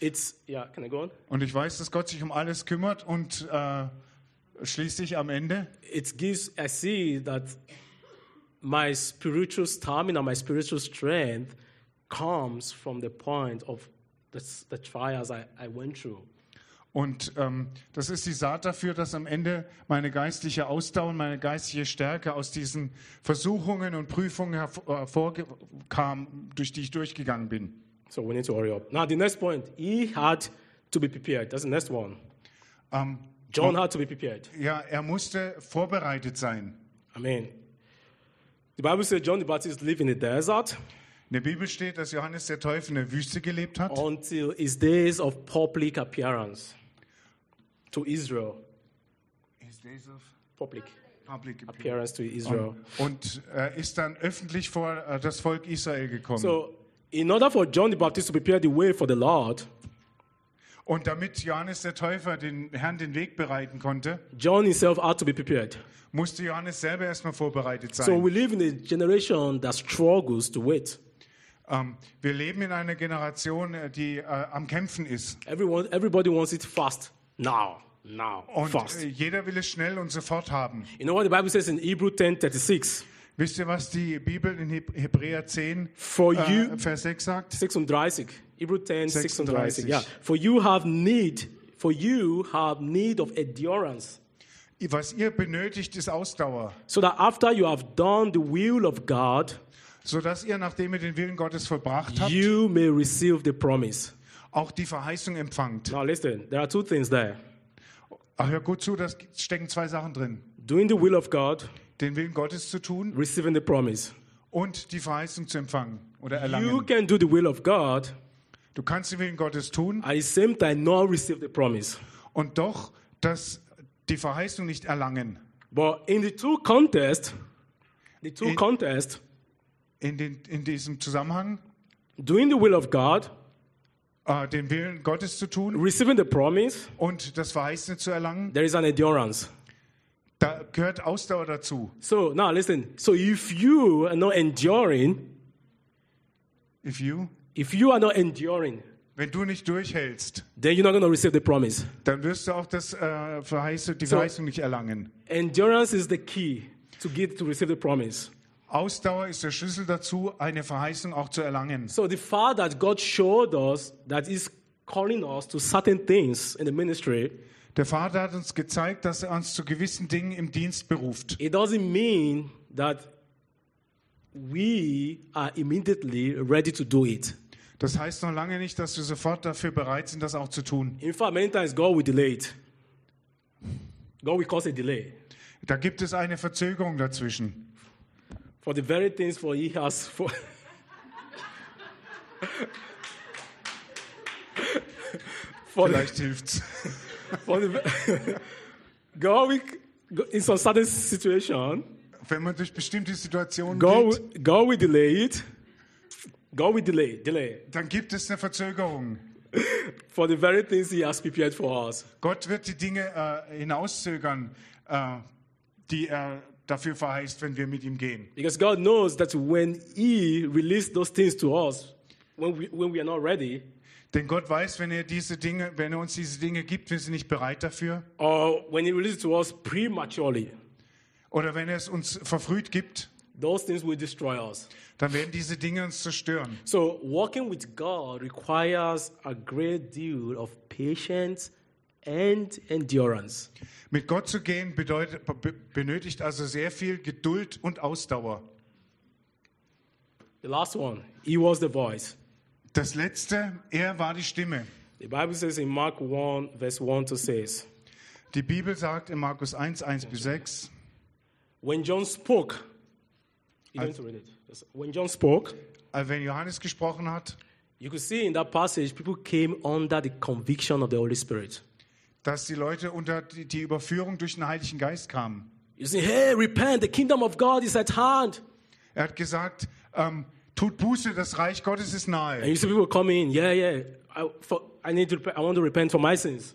Speaker 1: it's yeah. Can I go on?
Speaker 2: Und ich weiß, dass Gott sich um alles kümmert und äh, schließlich am Ende
Speaker 1: It gives. I see that my spiritual stamina, my spiritual strength, comes from the point of the, s- the trials I, I went through.
Speaker 2: Und ähm, das ist die Saat dafür, dass am Ende meine geistliche Ausdauer und meine geistliche Stärke aus diesen Versuchungen und Prüfungen herv- hervorkam, durch die ich durchgegangen bin.
Speaker 1: So we need to hurry up. Now the next point, he had to be prepared. That's the next one.
Speaker 2: Ähm,
Speaker 1: John had to be prepared.
Speaker 2: ja, er musste vorbereitet sein.
Speaker 1: I mean, the Bible says John the Baptist lived in the desert
Speaker 2: In der Bibel steht, dass Johannes der Teufel in der Wüste gelebt hat,
Speaker 1: until his days of public appearance to Israel. Public appearance to Israel.
Speaker 2: und äh, ist dann öffentlich vor äh, das Volk Israel gekommen.
Speaker 1: So, in order for John the Baptist to prepare the way for the Lord,
Speaker 2: Und damit Johannes der Täufer den Herrn den Weg bereiten konnte,
Speaker 1: John himself had to be prepared.
Speaker 2: musste Johannes selber erstmal vorbereitet sein.
Speaker 1: So, we live in a generation that struggles to wait.
Speaker 2: Ähm, wir leben in einer Generation, äh, die äh, am Kämpfen ist.
Speaker 1: Everyone, everybody wants it fast. Now, now,
Speaker 2: Und
Speaker 1: fast.
Speaker 2: äh, jeder will es schnell und sofort haben.
Speaker 1: You know what the Bible says in Hebrew 10:36?
Speaker 2: Wisst ihr, was die Bibel in Heb- Hebräer 10,
Speaker 1: For
Speaker 2: äh,
Speaker 1: you
Speaker 2: Vers 6 sagt?
Speaker 1: 36. Hebrew 10
Speaker 2: 36.
Speaker 1: 36. Yeah. For you have need, for you have need of endurance,
Speaker 2: Was ihr benötigt, ist Ausdauer,
Speaker 1: so that after you have done the will of God,
Speaker 2: sodass ihr, nachdem ihr den Willen Gottes vollbracht habt,
Speaker 1: you may receive the promise.
Speaker 2: auch die Verheißung empfangt.
Speaker 1: Now listen, there are two things there.
Speaker 2: Ach, hör gut zu, da stecken zwei Sachen drin.
Speaker 1: Doing the will of God,
Speaker 2: Den Willen Gottes zu tun
Speaker 1: receiving the promise.
Speaker 2: und die Verheißung zu empfangen oder
Speaker 1: You
Speaker 2: erlangen.
Speaker 1: can do the will of God
Speaker 2: Du kannst den Willen Gottes tun
Speaker 1: at the same time not receive the promise.
Speaker 2: und doch das, die Verheißung nicht erlangen.
Speaker 1: But in the two contests, the two
Speaker 2: In-
Speaker 1: contests,
Speaker 2: In, den, in diesem Zusammenhang,
Speaker 1: doing the will of God,
Speaker 2: äh, den Willen Gottes zu tun
Speaker 1: receiving the promise,
Speaker 2: und das Verheißene zu erlangen,
Speaker 1: there is an endurance.
Speaker 2: da gehört Ausdauer dazu.
Speaker 1: So now listen. So if you are not enduring,
Speaker 2: If you,
Speaker 1: if you are not enduring,
Speaker 2: wenn du nicht durchhältst,
Speaker 1: then you're not going to receive the promise.
Speaker 2: dann wirst du auch das, äh, Verheißung, die Verheißung nicht erlangen.
Speaker 1: Endurance is the key to get to receive the promise.
Speaker 2: Ausdauer ist der Schlüssel dazu, eine Verheißung auch zu erlangen.
Speaker 1: So the fire that God showed us that is calling us to certain things in the ministry,
Speaker 2: Der Vater hat uns gezeigt, dass er uns zu gewissen Dingen im Dienst beruft.
Speaker 1: it doesn't mean that we are immediately ready to do it.
Speaker 2: Das heißt noch lange nicht, dass wir sofort dafür bereit sind, das auch zu tun.
Speaker 1: In fact, many times God will delay it. God will cause a delay
Speaker 2: Da gibt es eine Verzögerung dazwischen.
Speaker 1: for the very things for He has for. *laughs* for the,
Speaker 2: Vielleicht hilft's. *laughs*
Speaker 1: for the *laughs* God will, in some certain situation,
Speaker 2: Wenn man durch bestimmte Situationen
Speaker 1: God,
Speaker 2: geht,
Speaker 1: will- God will delay it. God will delay, delay
Speaker 2: dann gibt es eine Verzögerung.
Speaker 1: for the very things He has prepared for us.
Speaker 2: Gott wird die Dinge äh, hinauszögern, äh, die er dafür verheißt, wenn wir mit ihm gehen.
Speaker 1: Because God knows that when He released those things to us, when we, when we are not ready,
Speaker 2: Denn Gott weiß, wenn er diese Dinge, wenn er uns diese Dinge gibt, wir sind nicht bereit dafür.
Speaker 1: or when He releases to us prematurely,
Speaker 2: Oder wenn er es uns verfrüht gibt,
Speaker 1: those things will destroy us.
Speaker 2: dann werden diese Dinge uns zerstören.
Speaker 1: So, walking with God requires a great deal of patience and endurance.
Speaker 2: Mit Gott zu gehen bedeutet, be- benötigt also sehr viel Geduld und Ausdauer.
Speaker 1: The last one, He was the voice.
Speaker 2: Das letzte, er war die Stimme.
Speaker 1: The Bible says in Mark 1, verse 1 to 6.
Speaker 2: Die Bibel sagt in Markus 1, 1 bis 6,
Speaker 1: When John spoke, you don't
Speaker 2: I-
Speaker 1: need to read it. Just- When John spoke,
Speaker 2: äh, wenn Johannes gesprochen hat,
Speaker 1: you could see in that passage people came under the conviction of the Holy Spirit.
Speaker 2: dass die Leute unter die die Überführung durch den Heiligen Geist kamen.
Speaker 1: You see, hey, repent, the kingdom of God is at hand.
Speaker 2: Er hat gesagt, ähm, tut Buße, das Reich Gottes ist
Speaker 1: And
Speaker 2: nahe.
Speaker 1: you see people come in, yeah, yeah, I, for, I need to, repent- I want to repent for my sins.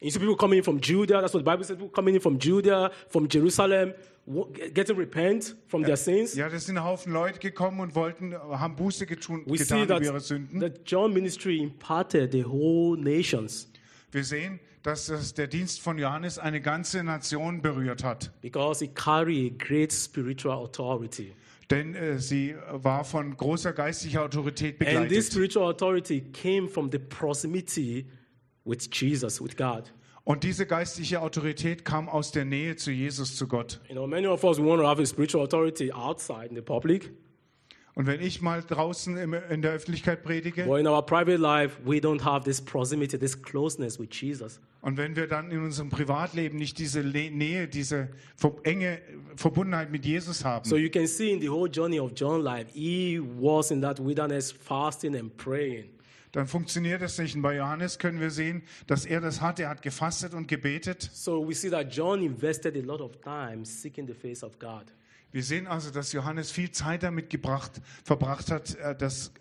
Speaker 1: And you see people coming in from Judah. That's what the Bible says. People coming in from Judah, from Jerusalem, wo- get to repent from their sins.
Speaker 2: Ja, das sind ein Haufen Leute gekommen und wollten, haben Buße getun,
Speaker 1: We see
Speaker 2: getan
Speaker 1: that,
Speaker 2: über ihre Sünden.
Speaker 1: that John ministry imparted the whole nations
Speaker 2: Wir sehen, dass das der Dienst von Johannes eine ganze Nation berührt hat,
Speaker 1: because he carried a great spiritual authority.
Speaker 2: denn äh, sie war von großer geistlicher Autorität
Speaker 1: And this
Speaker 2: begleitet.
Speaker 1: spiritual authority came from the proximity with Jesus, with God.
Speaker 2: Und diese geistliche Autorität kam aus der Nähe zu Jesus, zu Gott.
Speaker 1: You know, many of us want to have a spiritual authority outside in the public,
Speaker 2: Und wenn ich mal draußen im, in der Öffentlichkeit predige
Speaker 1: but in our private life, we don't have this proximity, this closeness with Jesus.
Speaker 2: und wenn wir dann in unserem Privatleben nicht diese Le- Nähe, diese ver- enge Verbundenheit mit Jesus haben,
Speaker 1: So you can see in the whole journey of John's life, he was in that wilderness fasting and praying.
Speaker 2: dann funktioniert das nicht. Und bei Johannes können wir sehen, dass er das hat. Er hat gefastet und gebetet.
Speaker 1: So we see that John invested a lot of time seeking the face of God.
Speaker 2: Wir sehen also, dass Johannes viel Zeit damit gebracht, verbracht hat, äh, das,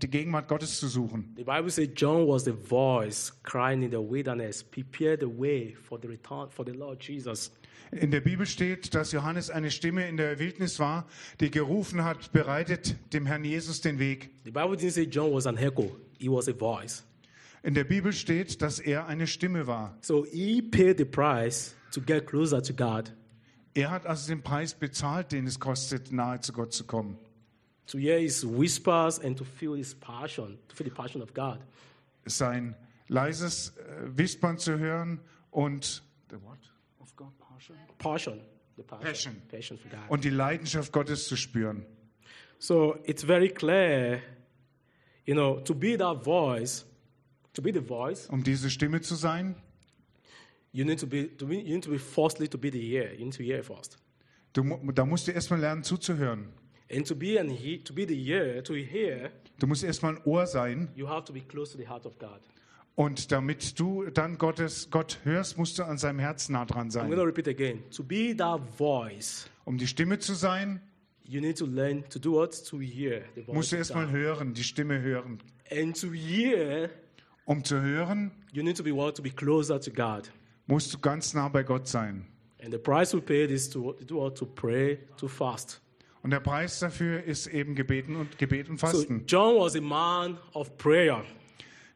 Speaker 2: die Gegenwart Gottes zu suchen.
Speaker 1: The Bible says John was the voice crying in the wilderness, prepare the way for the return for the Lord Jesus.
Speaker 2: In der Bibel steht, dass Johannes eine Stimme in der Wildnis war, die gerufen hat, bereitet dem Herrn Jesus den Weg.
Speaker 1: The Bible didn't say John was an echo, he was a voice.
Speaker 2: In der Bibel steht, dass er eine Stimme war.
Speaker 1: So he paid the price to get closer to God.
Speaker 2: Er hat also den Preis bezahlt, den es kostet, nahe zu Gott zu kommen.
Speaker 1: to hear his whispers and to feel his passion, to feel the passion of God.
Speaker 2: Sein leises äh, Wispern zu hören und,
Speaker 1: Passion, the passion,
Speaker 2: Passion.
Speaker 1: passion for God.
Speaker 2: und die Leidenschaft Gottes zu spüren.
Speaker 1: So it's very clear, you know, to be that voice, to be the voice,
Speaker 2: Um diese Stimme zu sein,
Speaker 1: you need to be, to be you need to be firstly to be the ear. You need to hear first.
Speaker 2: du, mu- da musst du erstmal lernen zuzuhören.
Speaker 1: And to be, an he, to be the ear, to hear,
Speaker 2: Du musst erstmal ein Ohr sein.
Speaker 1: you have to be close to the heart of God.
Speaker 2: Und damit du dann Gottes, Gott hörst, musst du an seinem Herz nah dran
Speaker 1: I'm going to
Speaker 2: sein.
Speaker 1: repeat again. To be that voice,
Speaker 2: Um die Stimme zu sein,
Speaker 1: you need to learn to do what? To hear the voice
Speaker 2: musst du
Speaker 1: of
Speaker 2: erstmal
Speaker 1: God.
Speaker 2: hören, die Stimme hören.
Speaker 1: And to hear,
Speaker 2: Um zu hören,
Speaker 1: you need to be what? To be closer to God.
Speaker 2: musst du ganz nah bei Gott sein.
Speaker 1: And the price we paid is to do what? To pray, to fast.
Speaker 2: Und der Preis dafür ist eben Gebeten und Gebet und
Speaker 1: So
Speaker 2: Fasten.
Speaker 1: John was a man of prayer.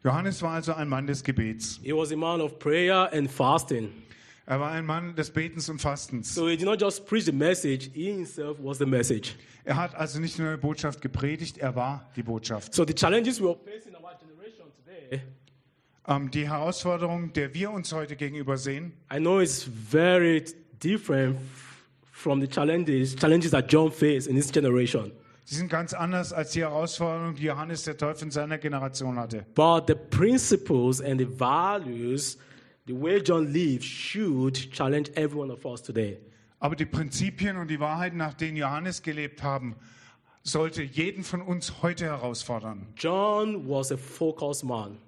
Speaker 2: Johannes war also ein Mann des Gebets.
Speaker 1: He was a man of prayer and fasting.
Speaker 2: Er war ein Mann des Betens und Fastens.
Speaker 1: So he did not just preach the message, he himself was the message.
Speaker 2: Er hat also nicht nur eine Botschaft gepredigt, er war die Botschaft.
Speaker 1: So the challenges we are facing in our generation today,
Speaker 2: Ähm, die Herausforderung, der wir uns heute gegenüber sehen,
Speaker 1: I know it's very different f- from the challenges, challenges that John faced in his generation.
Speaker 2: die sind ganz anders als die Herausforderung, die Johannes der Teufel in seiner Generation hatte.
Speaker 1: But the principles and the values, the way John lived, should challenge every one of us today.
Speaker 2: Aber die Prinzipien und die Wahrheiten, nach denen Johannes gelebt haben, sollte jeden von uns heute herausfordern.
Speaker 1: John was a focused man.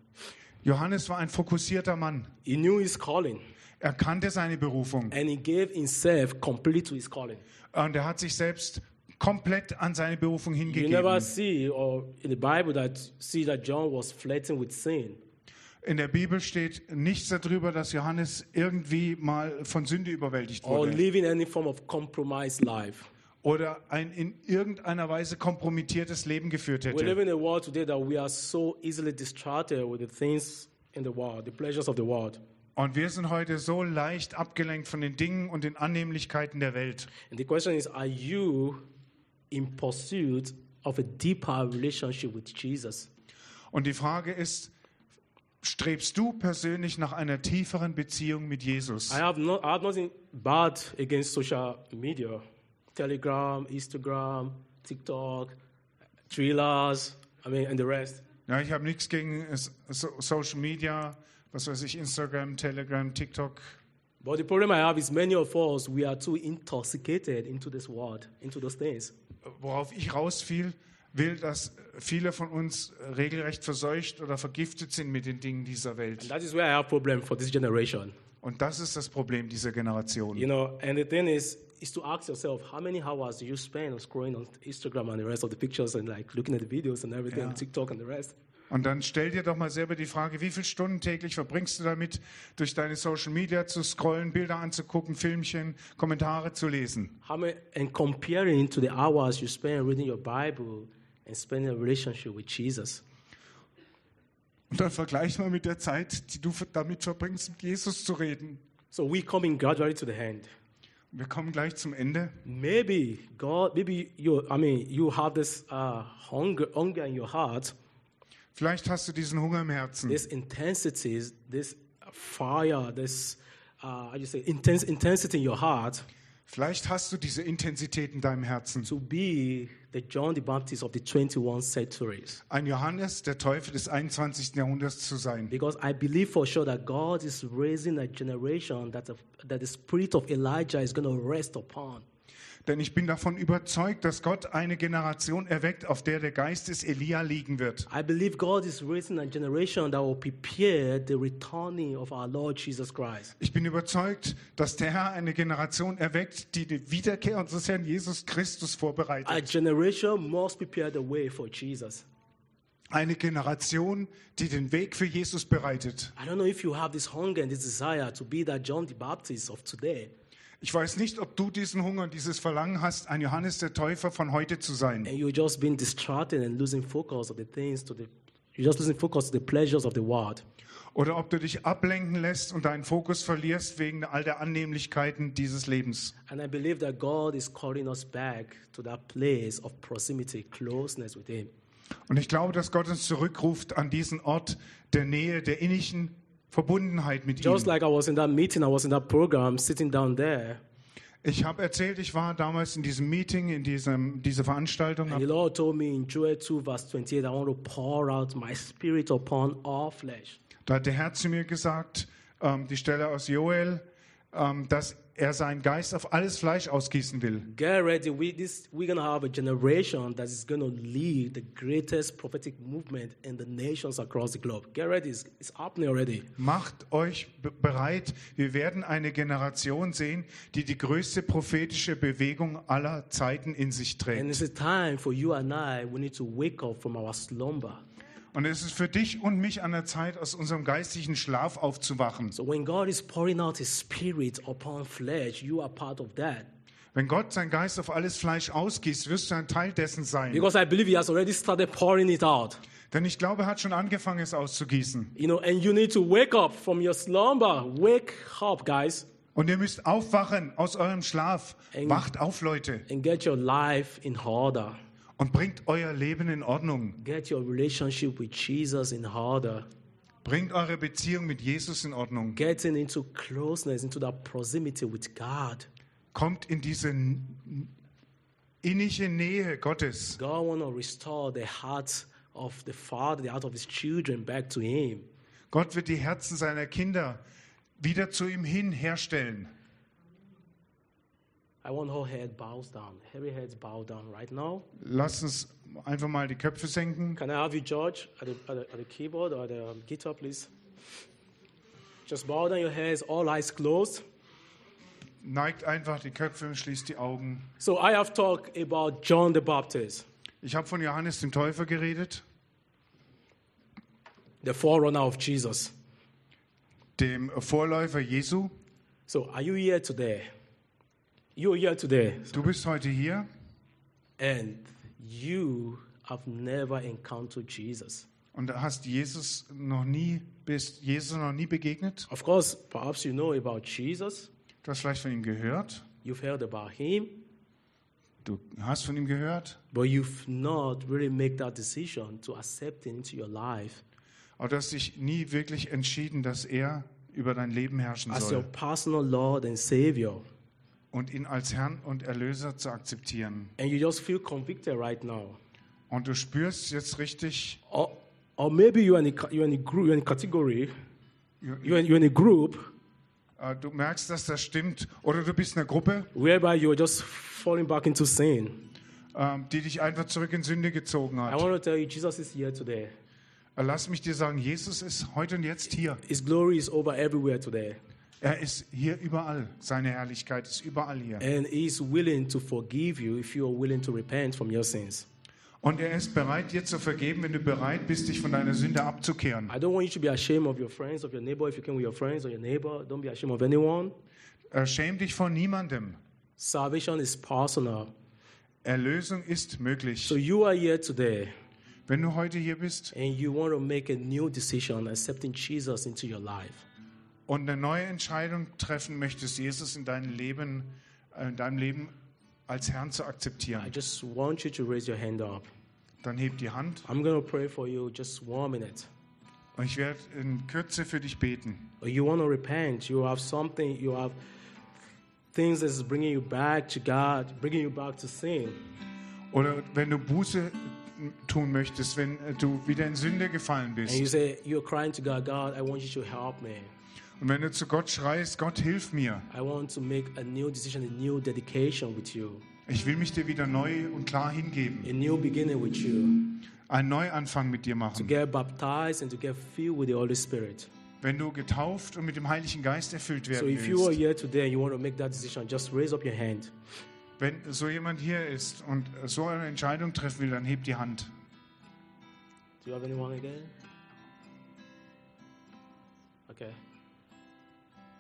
Speaker 2: Johannes war ein fokussierter Mann.
Speaker 1: He knew his calling
Speaker 2: Er kannte seine Berufung
Speaker 1: and he gave himself complete to his calling.
Speaker 2: und er hat sich selbst komplett an seine Berufung
Speaker 1: You never
Speaker 2: hingegeben.
Speaker 1: see or in the Bible that see that John was flirting with sin.
Speaker 2: In der Bibel steht nichts darüber, dass Johannes irgendwie mal von Sünde überwältigt
Speaker 1: or
Speaker 2: wurde
Speaker 1: living any form of compromised life.
Speaker 2: oder ein in irgendeiner Weise kompromittiertes Leben geführt
Speaker 1: We live
Speaker 2: hätte.
Speaker 1: in a world today that we are so easily distracted with the things in the world, the pleasures of the world.
Speaker 2: Und wir sind heute so leicht abgelenkt von den Dingen und den Annehmlichkeiten der Welt.
Speaker 1: And the question is are you in pursuit of a deeper relationship with Jesus?
Speaker 2: Und die Frage ist, strebst du persönlich nach einer tieferen Beziehung mit Jesus?
Speaker 1: I have, no, I have nothing bad against social media Telegram, Instagram, TikTok, thrillers, I mean, and the rest.
Speaker 2: Ja, ich habe nichts gegen äh, so Social Media, was weiß ich, Instagram, Telegram, TikTok.
Speaker 1: But the problem I have is many of us, we are too intoxicated into this world, into those things.
Speaker 2: Worauf ich rausfiel, will, dass viele von uns regelrecht verseucht oder vergiftet sind mit den Dingen dieser Welt.
Speaker 1: That is where I have problem for this generation.
Speaker 2: Und das ist das Problem dieser Generation.
Speaker 1: You know, and the thing is, is to ask yourself, how many hours do you spend on scrolling on Instagram and the rest of the pictures and like looking at the videos and everything,
Speaker 2: Yeah.
Speaker 1: TikTok and the rest?
Speaker 2: Und dann stell dir doch mal selber die Frage, wie viele Stunden täglich verbringst du damit, durch deine Social Media zu scrollen, Bilder anzugucken, Filmchen, Kommentare zu lesen?
Speaker 1: How many, and comparing to the hours you spend reading your Bible and spending a relationship with Jesus.
Speaker 2: Und dann vergleich mal mit der Zeit, die du damit verbringst, mit Jesus zu reden.
Speaker 1: So we coming gradually to the end.
Speaker 2: Wir kommen gleich zum Ende.
Speaker 1: Maybe God, maybe you, I mean, you have this uh, hunger, hunger in your heart,
Speaker 2: Vielleicht hast du diesen Hunger im Herzen.
Speaker 1: this intensity, this fire, this, uh, how you say, intense intensity in your heart.
Speaker 2: Vielleicht hast du diese Intensität in deinem Herzen.
Speaker 1: to be the John the Baptist of the 21 centuries.
Speaker 2: Ein Johannes, der Teufel des 21. Jahrhunderts zu sein.
Speaker 1: Because I believe for sure that God is raising a generation that, that the spirit of Elijah is going to rest upon.
Speaker 2: Denn ich bin davon überzeugt, dass Gott eine Generation erweckt, auf der der Geist des Elia liegen wird.
Speaker 1: I believe God is raising a generation that will prepare the returning of our Lord Jesus Christ.
Speaker 2: Ich bin überzeugt, dass der Herr eine Generation erweckt, die die Wiederkehr unseres Herrn Jesus Christus vorbereitet.
Speaker 1: A generation must prepare the way for Jesus.
Speaker 2: Eine Generation, die den Weg für Jesus bereitet.
Speaker 1: I don't know if you have this hunger and this desire to be that John the Baptist of today.
Speaker 2: Ich weiß nicht, ob du diesen Hunger und dieses Verlangen hast, ein Johannes der Täufer von heute zu sein.
Speaker 1: And you're just being distracted and losing focus of the things to the, you're just losing focus to the pleasures of the world.
Speaker 2: Oder ob du dich ablenken lässt und deinen Fokus verlierst wegen all der Annehmlichkeiten dieses Lebens.
Speaker 1: And I believe that God is calling us back to that place of proximity, closeness with Him.
Speaker 2: Und ich glaube, dass Gott uns zurückruft an diesen Ort der Nähe, der innigen Verbundenheit mit ihm.
Speaker 1: Just like I was in that meeting, I was in that program, sitting down there,
Speaker 2: Ich habe erzählt, ich war damals in diesem Meeting, in diesem, dieser Veranstaltung.
Speaker 1: and the Lord told me in Joel 2, verse 28, I want to pour out my spirit upon all flesh.
Speaker 2: Da hat der Herr zu mir gesagt, ähm, die Stelle aus Joel, ähm, dass er seinen Geist auf alles Fleisch ausgießen will.
Speaker 1: Get ready. We, this, we're going to have a generation that is going to lead the greatest prophetic movement in the nations across the globe. Get ready. It's, it's happening already.
Speaker 2: Macht euch be- bereit, wir werden eine Generation sehen, die die größte prophetische Bewegung aller Zeiten in sich trägt.
Speaker 1: And it's a time for you and I, we need to wake up from our slumber.
Speaker 2: Und es ist für dich und mich an der Zeit, aus unserem geistigen Schlaf aufzuwachen.
Speaker 1: So when God is pouring out his spirit upon flesh, you are part of that.
Speaker 2: Wenn Gott seinen Geist auf alles Fleisch ausgießt, wirst du ein Teil dessen sein.
Speaker 1: Because I believe he has already started pouring it out.
Speaker 2: Denn ich glaube, er hat schon angefangen, es auszugießen.
Speaker 1: You know, and you need to wake up from your slumber. Wake up, guys,
Speaker 2: Und ihr müsst aufwachen aus eurem Schlaf.
Speaker 1: Eng.
Speaker 2: Wacht auf, Leute.
Speaker 1: and get your life in order.
Speaker 2: Und bringt euer Leben in Ordnung.
Speaker 1: Get your relationship with Jesus in order.
Speaker 2: Bringt eure Beziehung mit Jesus in Ordnung.
Speaker 1: Getting into closeness, into that proximity with God.
Speaker 2: Kommt in diese n- innige Nähe Gottes.
Speaker 1: God want to restore the heart of the father, the heart of his children back to him.
Speaker 2: Gott wird die Herzen seiner Kinder wieder zu ihm hin herstellen.
Speaker 1: I want all head bows down. Every head bow down right now.
Speaker 2: Lasst uns einfach mal die Köpfe senken.
Speaker 1: Can I have you, George, at the, at the, at the keyboard or the um, guitar, please? Just bow down your heads, all eyes closed.
Speaker 2: Neigt einfach die Köpfe und schließt die Augen.
Speaker 1: So I have talked about John the Baptist,
Speaker 2: Ich habe von Johannes dem Täufer geredet,
Speaker 1: the forerunner of Jesus.
Speaker 2: dem Vorläufer Jesu.
Speaker 1: So are you here today? You're here today,
Speaker 2: Du bist heute hier
Speaker 1: and you have never encountered Jesus.
Speaker 2: und hast Jesus noch nie, bist Jesus noch nie begegnet.
Speaker 1: Of course, perhaps you know about Jesus.
Speaker 2: Du hast vielleicht von ihm gehört.
Speaker 1: You've heard about him,
Speaker 2: Du hast von ihm gehört,
Speaker 1: but you've not really made that decision to accept him into your life
Speaker 2: aber du hast dich nie wirklich entschieden, dass er über dein Leben herrschen
Speaker 1: as your
Speaker 2: soll
Speaker 1: personal Lord and Savior.
Speaker 2: und ihn als Herrn und Erlöser zu akzeptieren.
Speaker 1: And you just feel convicted right now.
Speaker 2: Und du spürst jetzt richtig,
Speaker 1: Or, or maybe you're in a, ca- you're in a group, you're in a category, you're in, you're in a group
Speaker 2: äh, du merkst, dass das stimmt. Oder du bist in einer Gruppe,
Speaker 1: whereby you're just falling back into sin.
Speaker 2: ähm, die dich einfach zurück in Sünde gezogen
Speaker 1: I
Speaker 2: hat.
Speaker 1: want to tell you, Jesus is here today.
Speaker 2: Lass mich dir sagen, Jesus ist heute und jetzt hier.
Speaker 1: His glory is over everywhere today.
Speaker 2: Er ist hier überall. Seine Herrlichkeit ist überall hier.
Speaker 1: And he's willing to forgive you if you are willing to repent from your sins.
Speaker 2: Und er ist bereit, dir zu vergeben, wenn du bereit bist, dich von deiner Sünde abzukehren.
Speaker 1: I don't want you to be ashamed of your friends, of your neighbor. If you came with your friends or your neighbor, don't be ashamed of anyone.
Speaker 2: Äh, Schäm dich vor niemandem.
Speaker 1: Salvation is personal.
Speaker 2: Erlösung ist möglich.
Speaker 1: So you are here today
Speaker 2: Wenn du heute hier bist
Speaker 1: and you want to make a new decision accepting Jesus into your life.
Speaker 2: und eine neue Entscheidung treffen möchtest, Jesus in deinem Leben, äh, in deinem Leben als Herrn zu
Speaker 1: I
Speaker 2: akzeptieren,
Speaker 1: just want you to raise your hand up.
Speaker 2: dann heb die Hand
Speaker 1: I'm going to pray for you just one minute.
Speaker 2: und ich werde in Kürze für dich beten.
Speaker 1: Or you want to repent. You have something, you have things that's bringing you back to God, bringing you back to sin.
Speaker 2: Oder wenn du Buße tun möchtest, wenn äh, du wieder in Sünde gefallen bist.
Speaker 1: And you say, You're crying to God, God, I want you to help me.
Speaker 2: Und wenn du zu Gott schreist, Gott, hilf mir.
Speaker 1: I want to make a new decision, a new dedication with you,
Speaker 2: Ich will mich dir wieder neu und klar hingeben.
Speaker 1: a new beginning with you,
Speaker 2: Einen Neuanfang mit dir
Speaker 1: to
Speaker 2: machen.
Speaker 1: get baptized and to get filled with the Holy Spirit.
Speaker 2: Wenn du getauft und mit dem Heiligen Geist erfüllt
Speaker 1: So
Speaker 2: werden
Speaker 1: if you are
Speaker 2: willst.
Speaker 1: here today and you want to make that decision, just raise up your hand.
Speaker 2: Wenn so jemand hier ist und so eine Entscheidung treffen will, dann heb die Hand.
Speaker 1: Do you have anyone again? Okay.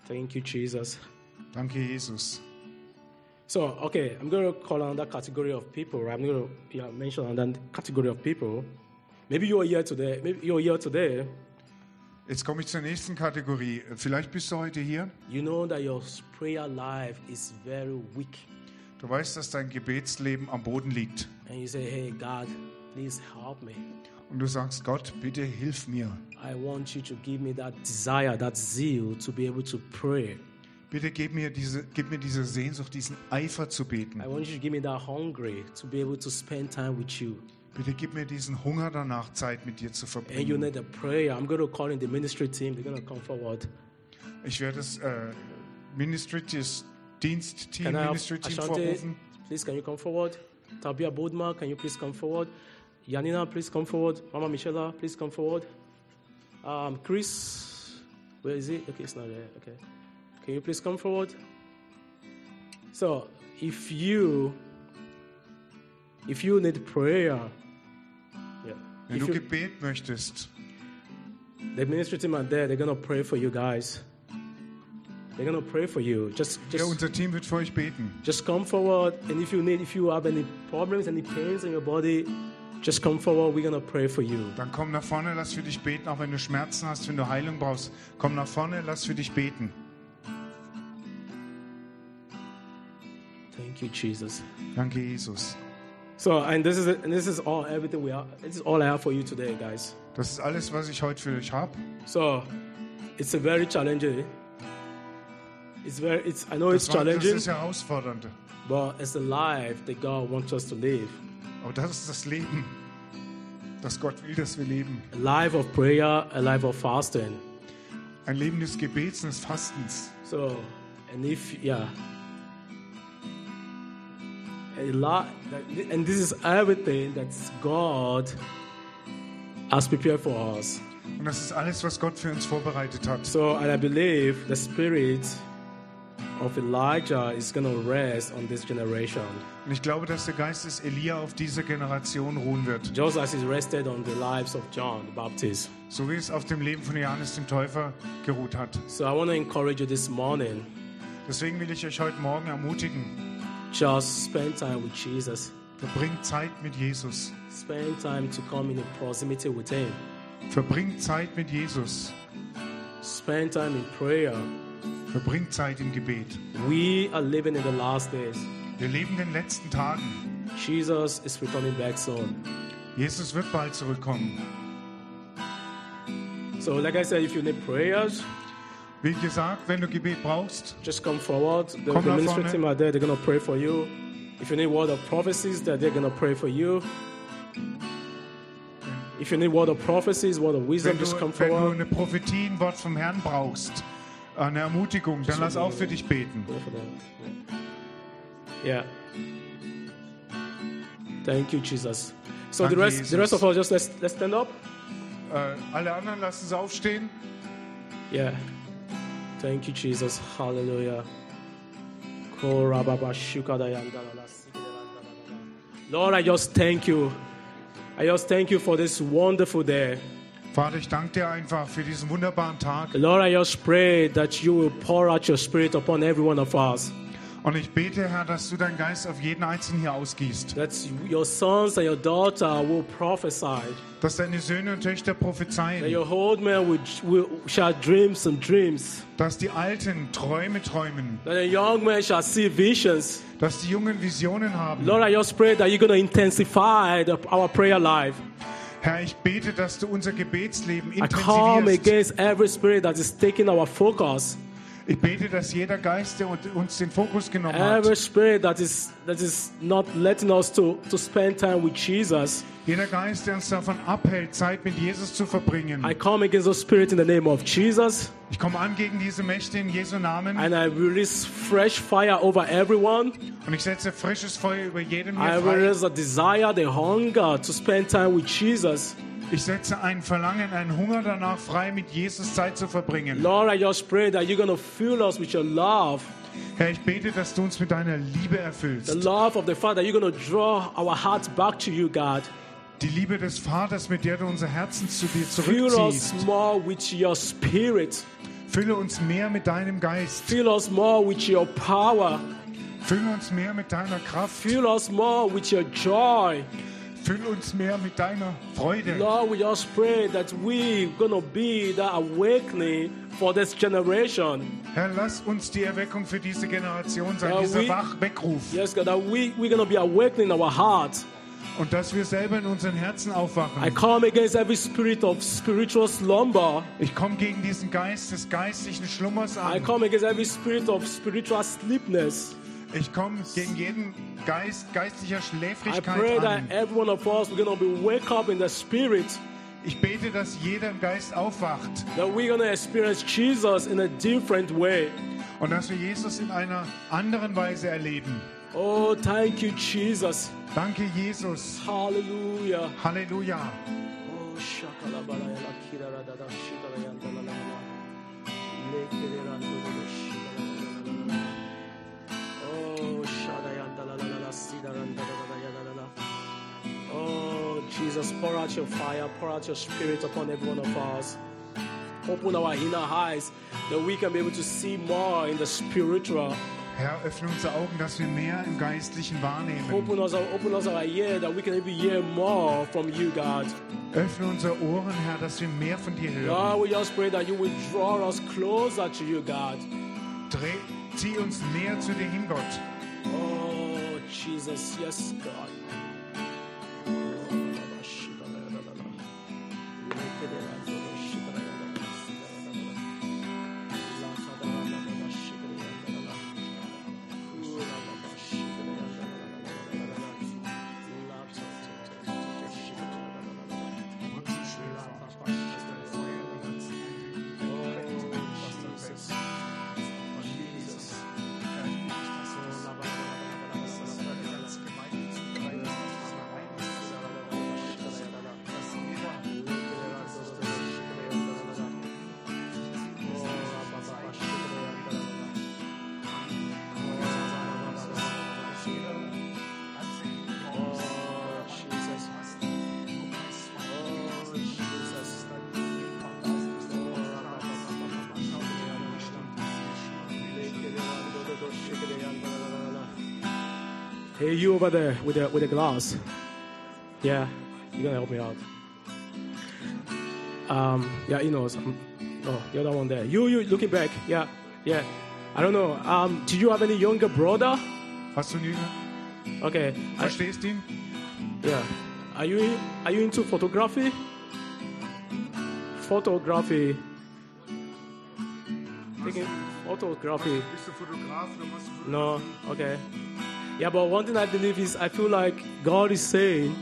Speaker 1: Thank you, Jesus.
Speaker 2: Danke, Jesus.
Speaker 1: So, okay, I'm going to call another category of people. Right? I'm going to yeah, mention another category of people. Maybe you are here today. Maybe you're here today.
Speaker 2: Jetzt komme ich zur nächsten Kategorie. Vielleicht bist du heute hier.
Speaker 1: You know that your prayer life is very weak,
Speaker 2: Du weißt, dass dein Gebetsleben am Boden liegt.
Speaker 1: and you say, "Hey, God, please help me.
Speaker 2: Und du sagst, Gott, bitte hilf mir.
Speaker 1: I want you to give me that desire, that zeal to be able to pray.
Speaker 2: Bitte gib mir diese, gib mir diese Sehnsucht, diesen Eifer zu beten.
Speaker 1: I want you to give me that hungry to be able to spend time with you."
Speaker 2: Bitte gib mir diesen Hunger danach, Zeit mit dir zu
Speaker 1: and you
Speaker 2: verbringen.
Speaker 1: need a prayer, I'm going to call in the ministry team. They're going to come forward.
Speaker 2: Ich werde das äh, Ministry, das Dienstteam,
Speaker 1: Can I have
Speaker 2: Ministry-Team
Speaker 1: Ashante,
Speaker 2: vorrufen?
Speaker 1: please can you come forward? Tabia Bodma, can you please come forward? Yanina, please come forward. Mama Michela, please come forward. Um, Chris, where is he? Okay, it's not there. Okay. Can you please come forward? So, if you if you need prayer, yeah.
Speaker 2: Wenn
Speaker 1: If
Speaker 2: du
Speaker 1: you-
Speaker 2: Gebet möchtest,
Speaker 1: the ministry team are there. They're gonna pray for you guys. They're gonna pray for you. Just,
Speaker 2: ja,
Speaker 1: just
Speaker 2: unser Team wird für euch beten.
Speaker 1: just come forward and if you need if you have any problems any pains in your body just come forward we're gonna pray for you
Speaker 2: Dann komm nach vorne, lass für dich beten, auch wenn du Schmerzen hast, wenn du Heilung brauchst. Komm nach vorne, lass für dich beten.
Speaker 1: thank you jesus
Speaker 2: Danke, Jesus.
Speaker 1: so and this is it, and this is all everything we are this is all i have for you today guys
Speaker 2: Das ist alles, was ich heute für euch habe.
Speaker 1: so it's a very challenging it's very it's i know it's
Speaker 2: Das, war- das
Speaker 1: challenging
Speaker 2: ist herausfordernd.
Speaker 1: but it's a life that god wants us to live
Speaker 2: Aber das ist das Leben, das Gott will, dass wir leben.
Speaker 1: a life of prayer a life of fasting
Speaker 2: Ein Leben des Gebets und des Fastens.
Speaker 1: So, and if yeah, a lot, and this is everything that God has prepared for us.
Speaker 2: Und das ist alles, was Gott für uns vorbereitet hat.
Speaker 1: So, and I believe the spirit of Elijah is going to rest on this generation,
Speaker 2: Und ich glaube, dass der Geist des Elia auf dieser Generation ruhen wird.
Speaker 1: just as it rested on the lives of John the Baptist.
Speaker 2: So wie es auf dem Leben von Johannes dem Täufer geruht hat.
Speaker 1: So, I want to encourage you this morning:
Speaker 2: Deswegen will ich euch heute Morgen ermutigen,
Speaker 1: just spend time with Jesus.
Speaker 2: verbringt Zeit mit Jesus.
Speaker 1: Spend time to come in proximity with Him.
Speaker 2: Verbringt Zeit mit Jesus.
Speaker 1: Spend time in prayer.
Speaker 2: Verbringt Zeit im Gebet.
Speaker 1: We are living in the last days.
Speaker 2: Wir leben in den letzten Tagen.
Speaker 1: Jesus is returning back soon.
Speaker 2: Jesus wird bald zurückkommen.
Speaker 1: So, like I said, if you need prayers,
Speaker 2: Wie gesagt, wenn du Gebet brauchst,
Speaker 1: just come forward. The,
Speaker 2: Come
Speaker 1: the
Speaker 2: up
Speaker 1: ministry
Speaker 2: on it.
Speaker 1: team are there, they're going to pray for you. If you need word of prophecies, they're, they're going to pray for you. If you need word of prophecies, word of wisdom,
Speaker 2: wenn du,
Speaker 1: just come
Speaker 2: wenn du
Speaker 1: forward.
Speaker 2: eine Prophetie, ein Wort vom Herrn brauchst, eine Ermutigung, dann lass auch für dich beten.
Speaker 1: Go for that. Yeah. Thank you, Jesus. So the
Speaker 2: Danke,
Speaker 1: rest, the rest
Speaker 2: Jesus.
Speaker 1: of us, just let's, let's stand up.
Speaker 2: Äh, alle anderen lassen sie aufstehen.
Speaker 1: Yeah. Thank you, Jesus. Hallelujah. Lord, I just thank you. I just thank you for this wonderful day.
Speaker 2: Vater, ich danke dir einfach für diesen wunderbaren Tag.
Speaker 1: Lord, I just pray that you will pour out your spirit upon every one of us.
Speaker 2: Und ich bete, Herr, dass du deinen Geist auf jeden Einzelnen hier ausgießt.
Speaker 1: That your sons and your daughter will prophesy.
Speaker 2: Dass deine Söhne und Töchter
Speaker 1: That
Speaker 2: prophezeien.
Speaker 1: your old men will, will, shall dream some dreams.
Speaker 2: Dass die Alten Träume träumen.
Speaker 1: That the young men shall see visions.
Speaker 2: Dass die Jungen Visionen haben.
Speaker 1: Lord, I just pray that you're going to intensify the, our prayer life.
Speaker 2: Herr, ich bete, dass du unser Gebetsleben
Speaker 1: I come
Speaker 2: intensivierst.
Speaker 1: against every spirit that is taking our focus,
Speaker 2: Ich bete, dass jeder Geist, der uns den Fokus genommen
Speaker 1: every
Speaker 2: hat,
Speaker 1: spirit that is that is not letting us to, to spend time with Jesus.
Speaker 2: jeder Geist, der uns davon abhält, Zeit mit Jesus zu verbringen.
Speaker 1: I come against those spirits in the name of Jesus,
Speaker 2: Ich komme an gegen diese Mächte in Jesu Namen
Speaker 1: and I release fresh fire over everyone.
Speaker 2: und ich setze frisches Feuer über jeden
Speaker 1: I
Speaker 2: hier frei.
Speaker 1: release a desire, the hunger to spend time with Jesus.
Speaker 2: Ich setze ein Verlangen, einen Hunger danach frei, mit Jesus Zeit zu verbringen.
Speaker 1: Lord, I just pray that you're gonna fill us with your love,
Speaker 2: Herr, ich bete, dass du uns mit deiner Liebe
Speaker 1: the
Speaker 2: erfüllst.
Speaker 1: love of the Father. You're gonna draw our hearts back to you, God.
Speaker 2: Die Liebe des Vaters, mit der du unser Herzen zu dir
Speaker 1: Fill us
Speaker 2: zurückziehst.
Speaker 1: more with your spirit.
Speaker 2: Fülle uns mehr mit deinem Geist.
Speaker 1: Fill us more with your power.
Speaker 2: Fülle uns mehr mit deiner Kraft.
Speaker 1: Fill us more with your joy.
Speaker 2: Fülle uns mehr mit deiner Freude.
Speaker 1: Lord, we just pray that we're going to be the awakening for this generation.
Speaker 2: Herr, lass uns die Erweckung für diese Generation sein,
Speaker 1: Ja,
Speaker 2: dieser
Speaker 1: we-
Speaker 2: Wachweckruf.
Speaker 1: Yes, God, that we, we're going to be awakening our hearts.
Speaker 2: Und dass wir selber in unseren Herzen aufwachen.
Speaker 1: I come against every spirit of spiritual slumber.
Speaker 2: Ich komme gegen diesen Geist des geistlichen Schlummers
Speaker 1: I
Speaker 2: an.
Speaker 1: come against every spirit of spiritual sleepness.
Speaker 2: Ich komme gegen jeden Geist geistlicher
Speaker 1: I pray
Speaker 2: Schläfrigkeit
Speaker 1: that
Speaker 2: an.
Speaker 1: every one of us, we're going to be wake up in the spirit.
Speaker 2: Ich bete, dass jeder im Geist aufwacht
Speaker 1: That we're going to experience Jesus in a different way.
Speaker 2: und dass wir Jesus in einer anderen Weise erleben.
Speaker 1: Oh, thank you, Jesus.
Speaker 2: Danke, Jesus.
Speaker 1: Hallelujah.
Speaker 2: Halleluja.
Speaker 1: Oh, shakalabalaya, kiradada, shikalayandalala, lekelerandolo, shikalayandalala. Oh, shadayandalala, sidarandadadadayadadada. Oh, Jesus, pour out your fire, pour out your spirit upon every one of us. Open our inner eyes that we can be able to see more in the spiritual.
Speaker 2: Herr, öffne unsere Augen, dass wir mehr im Geistlichen wahrnehmen.
Speaker 1: Open us, open us our ear that we can even hear more from you, God.
Speaker 2: Öffne unsere Ohren, Herr, dass wir mehr von dir hören.
Speaker 1: God, we just pray that you will draw us closer to you, God.
Speaker 2: Dreh, zieh uns näher zu dir hin, Gott.
Speaker 1: Oh, Jesus, yes, God. Oh, Jesus. Jesus. Hey, you over there with the with the glass. Yeah, you're gonna help me out. Um, yeah, you know, some, oh, the other one there. You, you looking back? Yeah, yeah. I don't know. Um, do you have any younger brother?
Speaker 2: Hast du ihn?
Speaker 1: Okay. I,
Speaker 2: Verstehst du ihn?
Speaker 1: yeah. Are you are you into photography? Photography. Taking photography.
Speaker 2: Bist du Fotograf oder machst du
Speaker 1: No, okay. Yeah, but one thing I believe is I feel like God is saying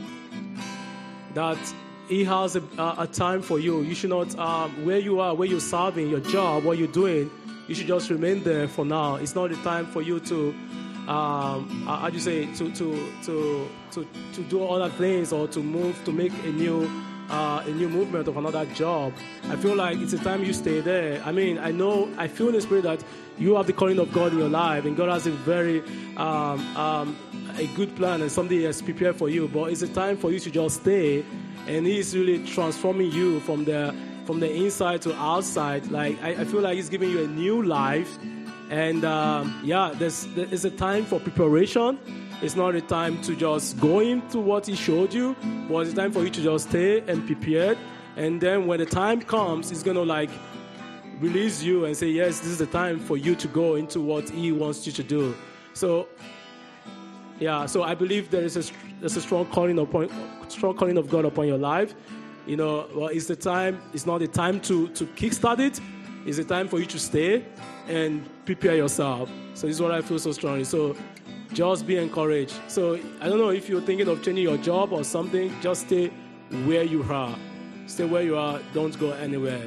Speaker 1: that He has a, a, a time for you. You should not, um, where you are, where you're serving, your job, what you're doing, you should just remain there for now. It's not the time for you to, um, how how do you say, to, to, to, to, to do other things or to move, to make a new. Uh, a new movement of another job. I feel like it's a time you stay there. I mean, I know, I feel in the spirit that you have the calling of God in your life, and God has a very um, um, a good plan and something He has prepared for you. But it's a time for you to just stay, and He's really transforming you from the from the inside to outside. Like I, I feel like He's giving you a new life, and um, yeah, there's it's a time for preparation. It's not a time to just go into what He showed you, but it's a time for you to just stay and prepare. And then when the time comes, it's gonna like release you and say, Yes, this is the time for you to go into what He wants you to do. So, yeah, so I believe there is a, there's a strong calling upon, strong calling of God upon your life. You know, well, it's the time, it's not the time to, to kickstart it, it's the time for you to stay and prepare yourself. So, this is what I feel so strongly. So, just be encouraged. So, I don't know if you're thinking of changing your job or something, just stay where you are. Stay where you are, don't go anywhere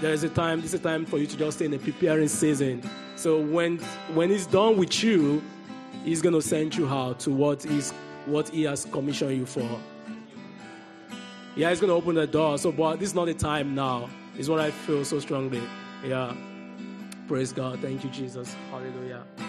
Speaker 1: there is a time this is a time for you to just stay in a preparing season so when when he's done with you he's going to send you out to what is what he has commissioned you for yeah he's going to open the door so but this is not the time now is what i feel so strongly yeah praise god thank you jesus hallelujah Oh,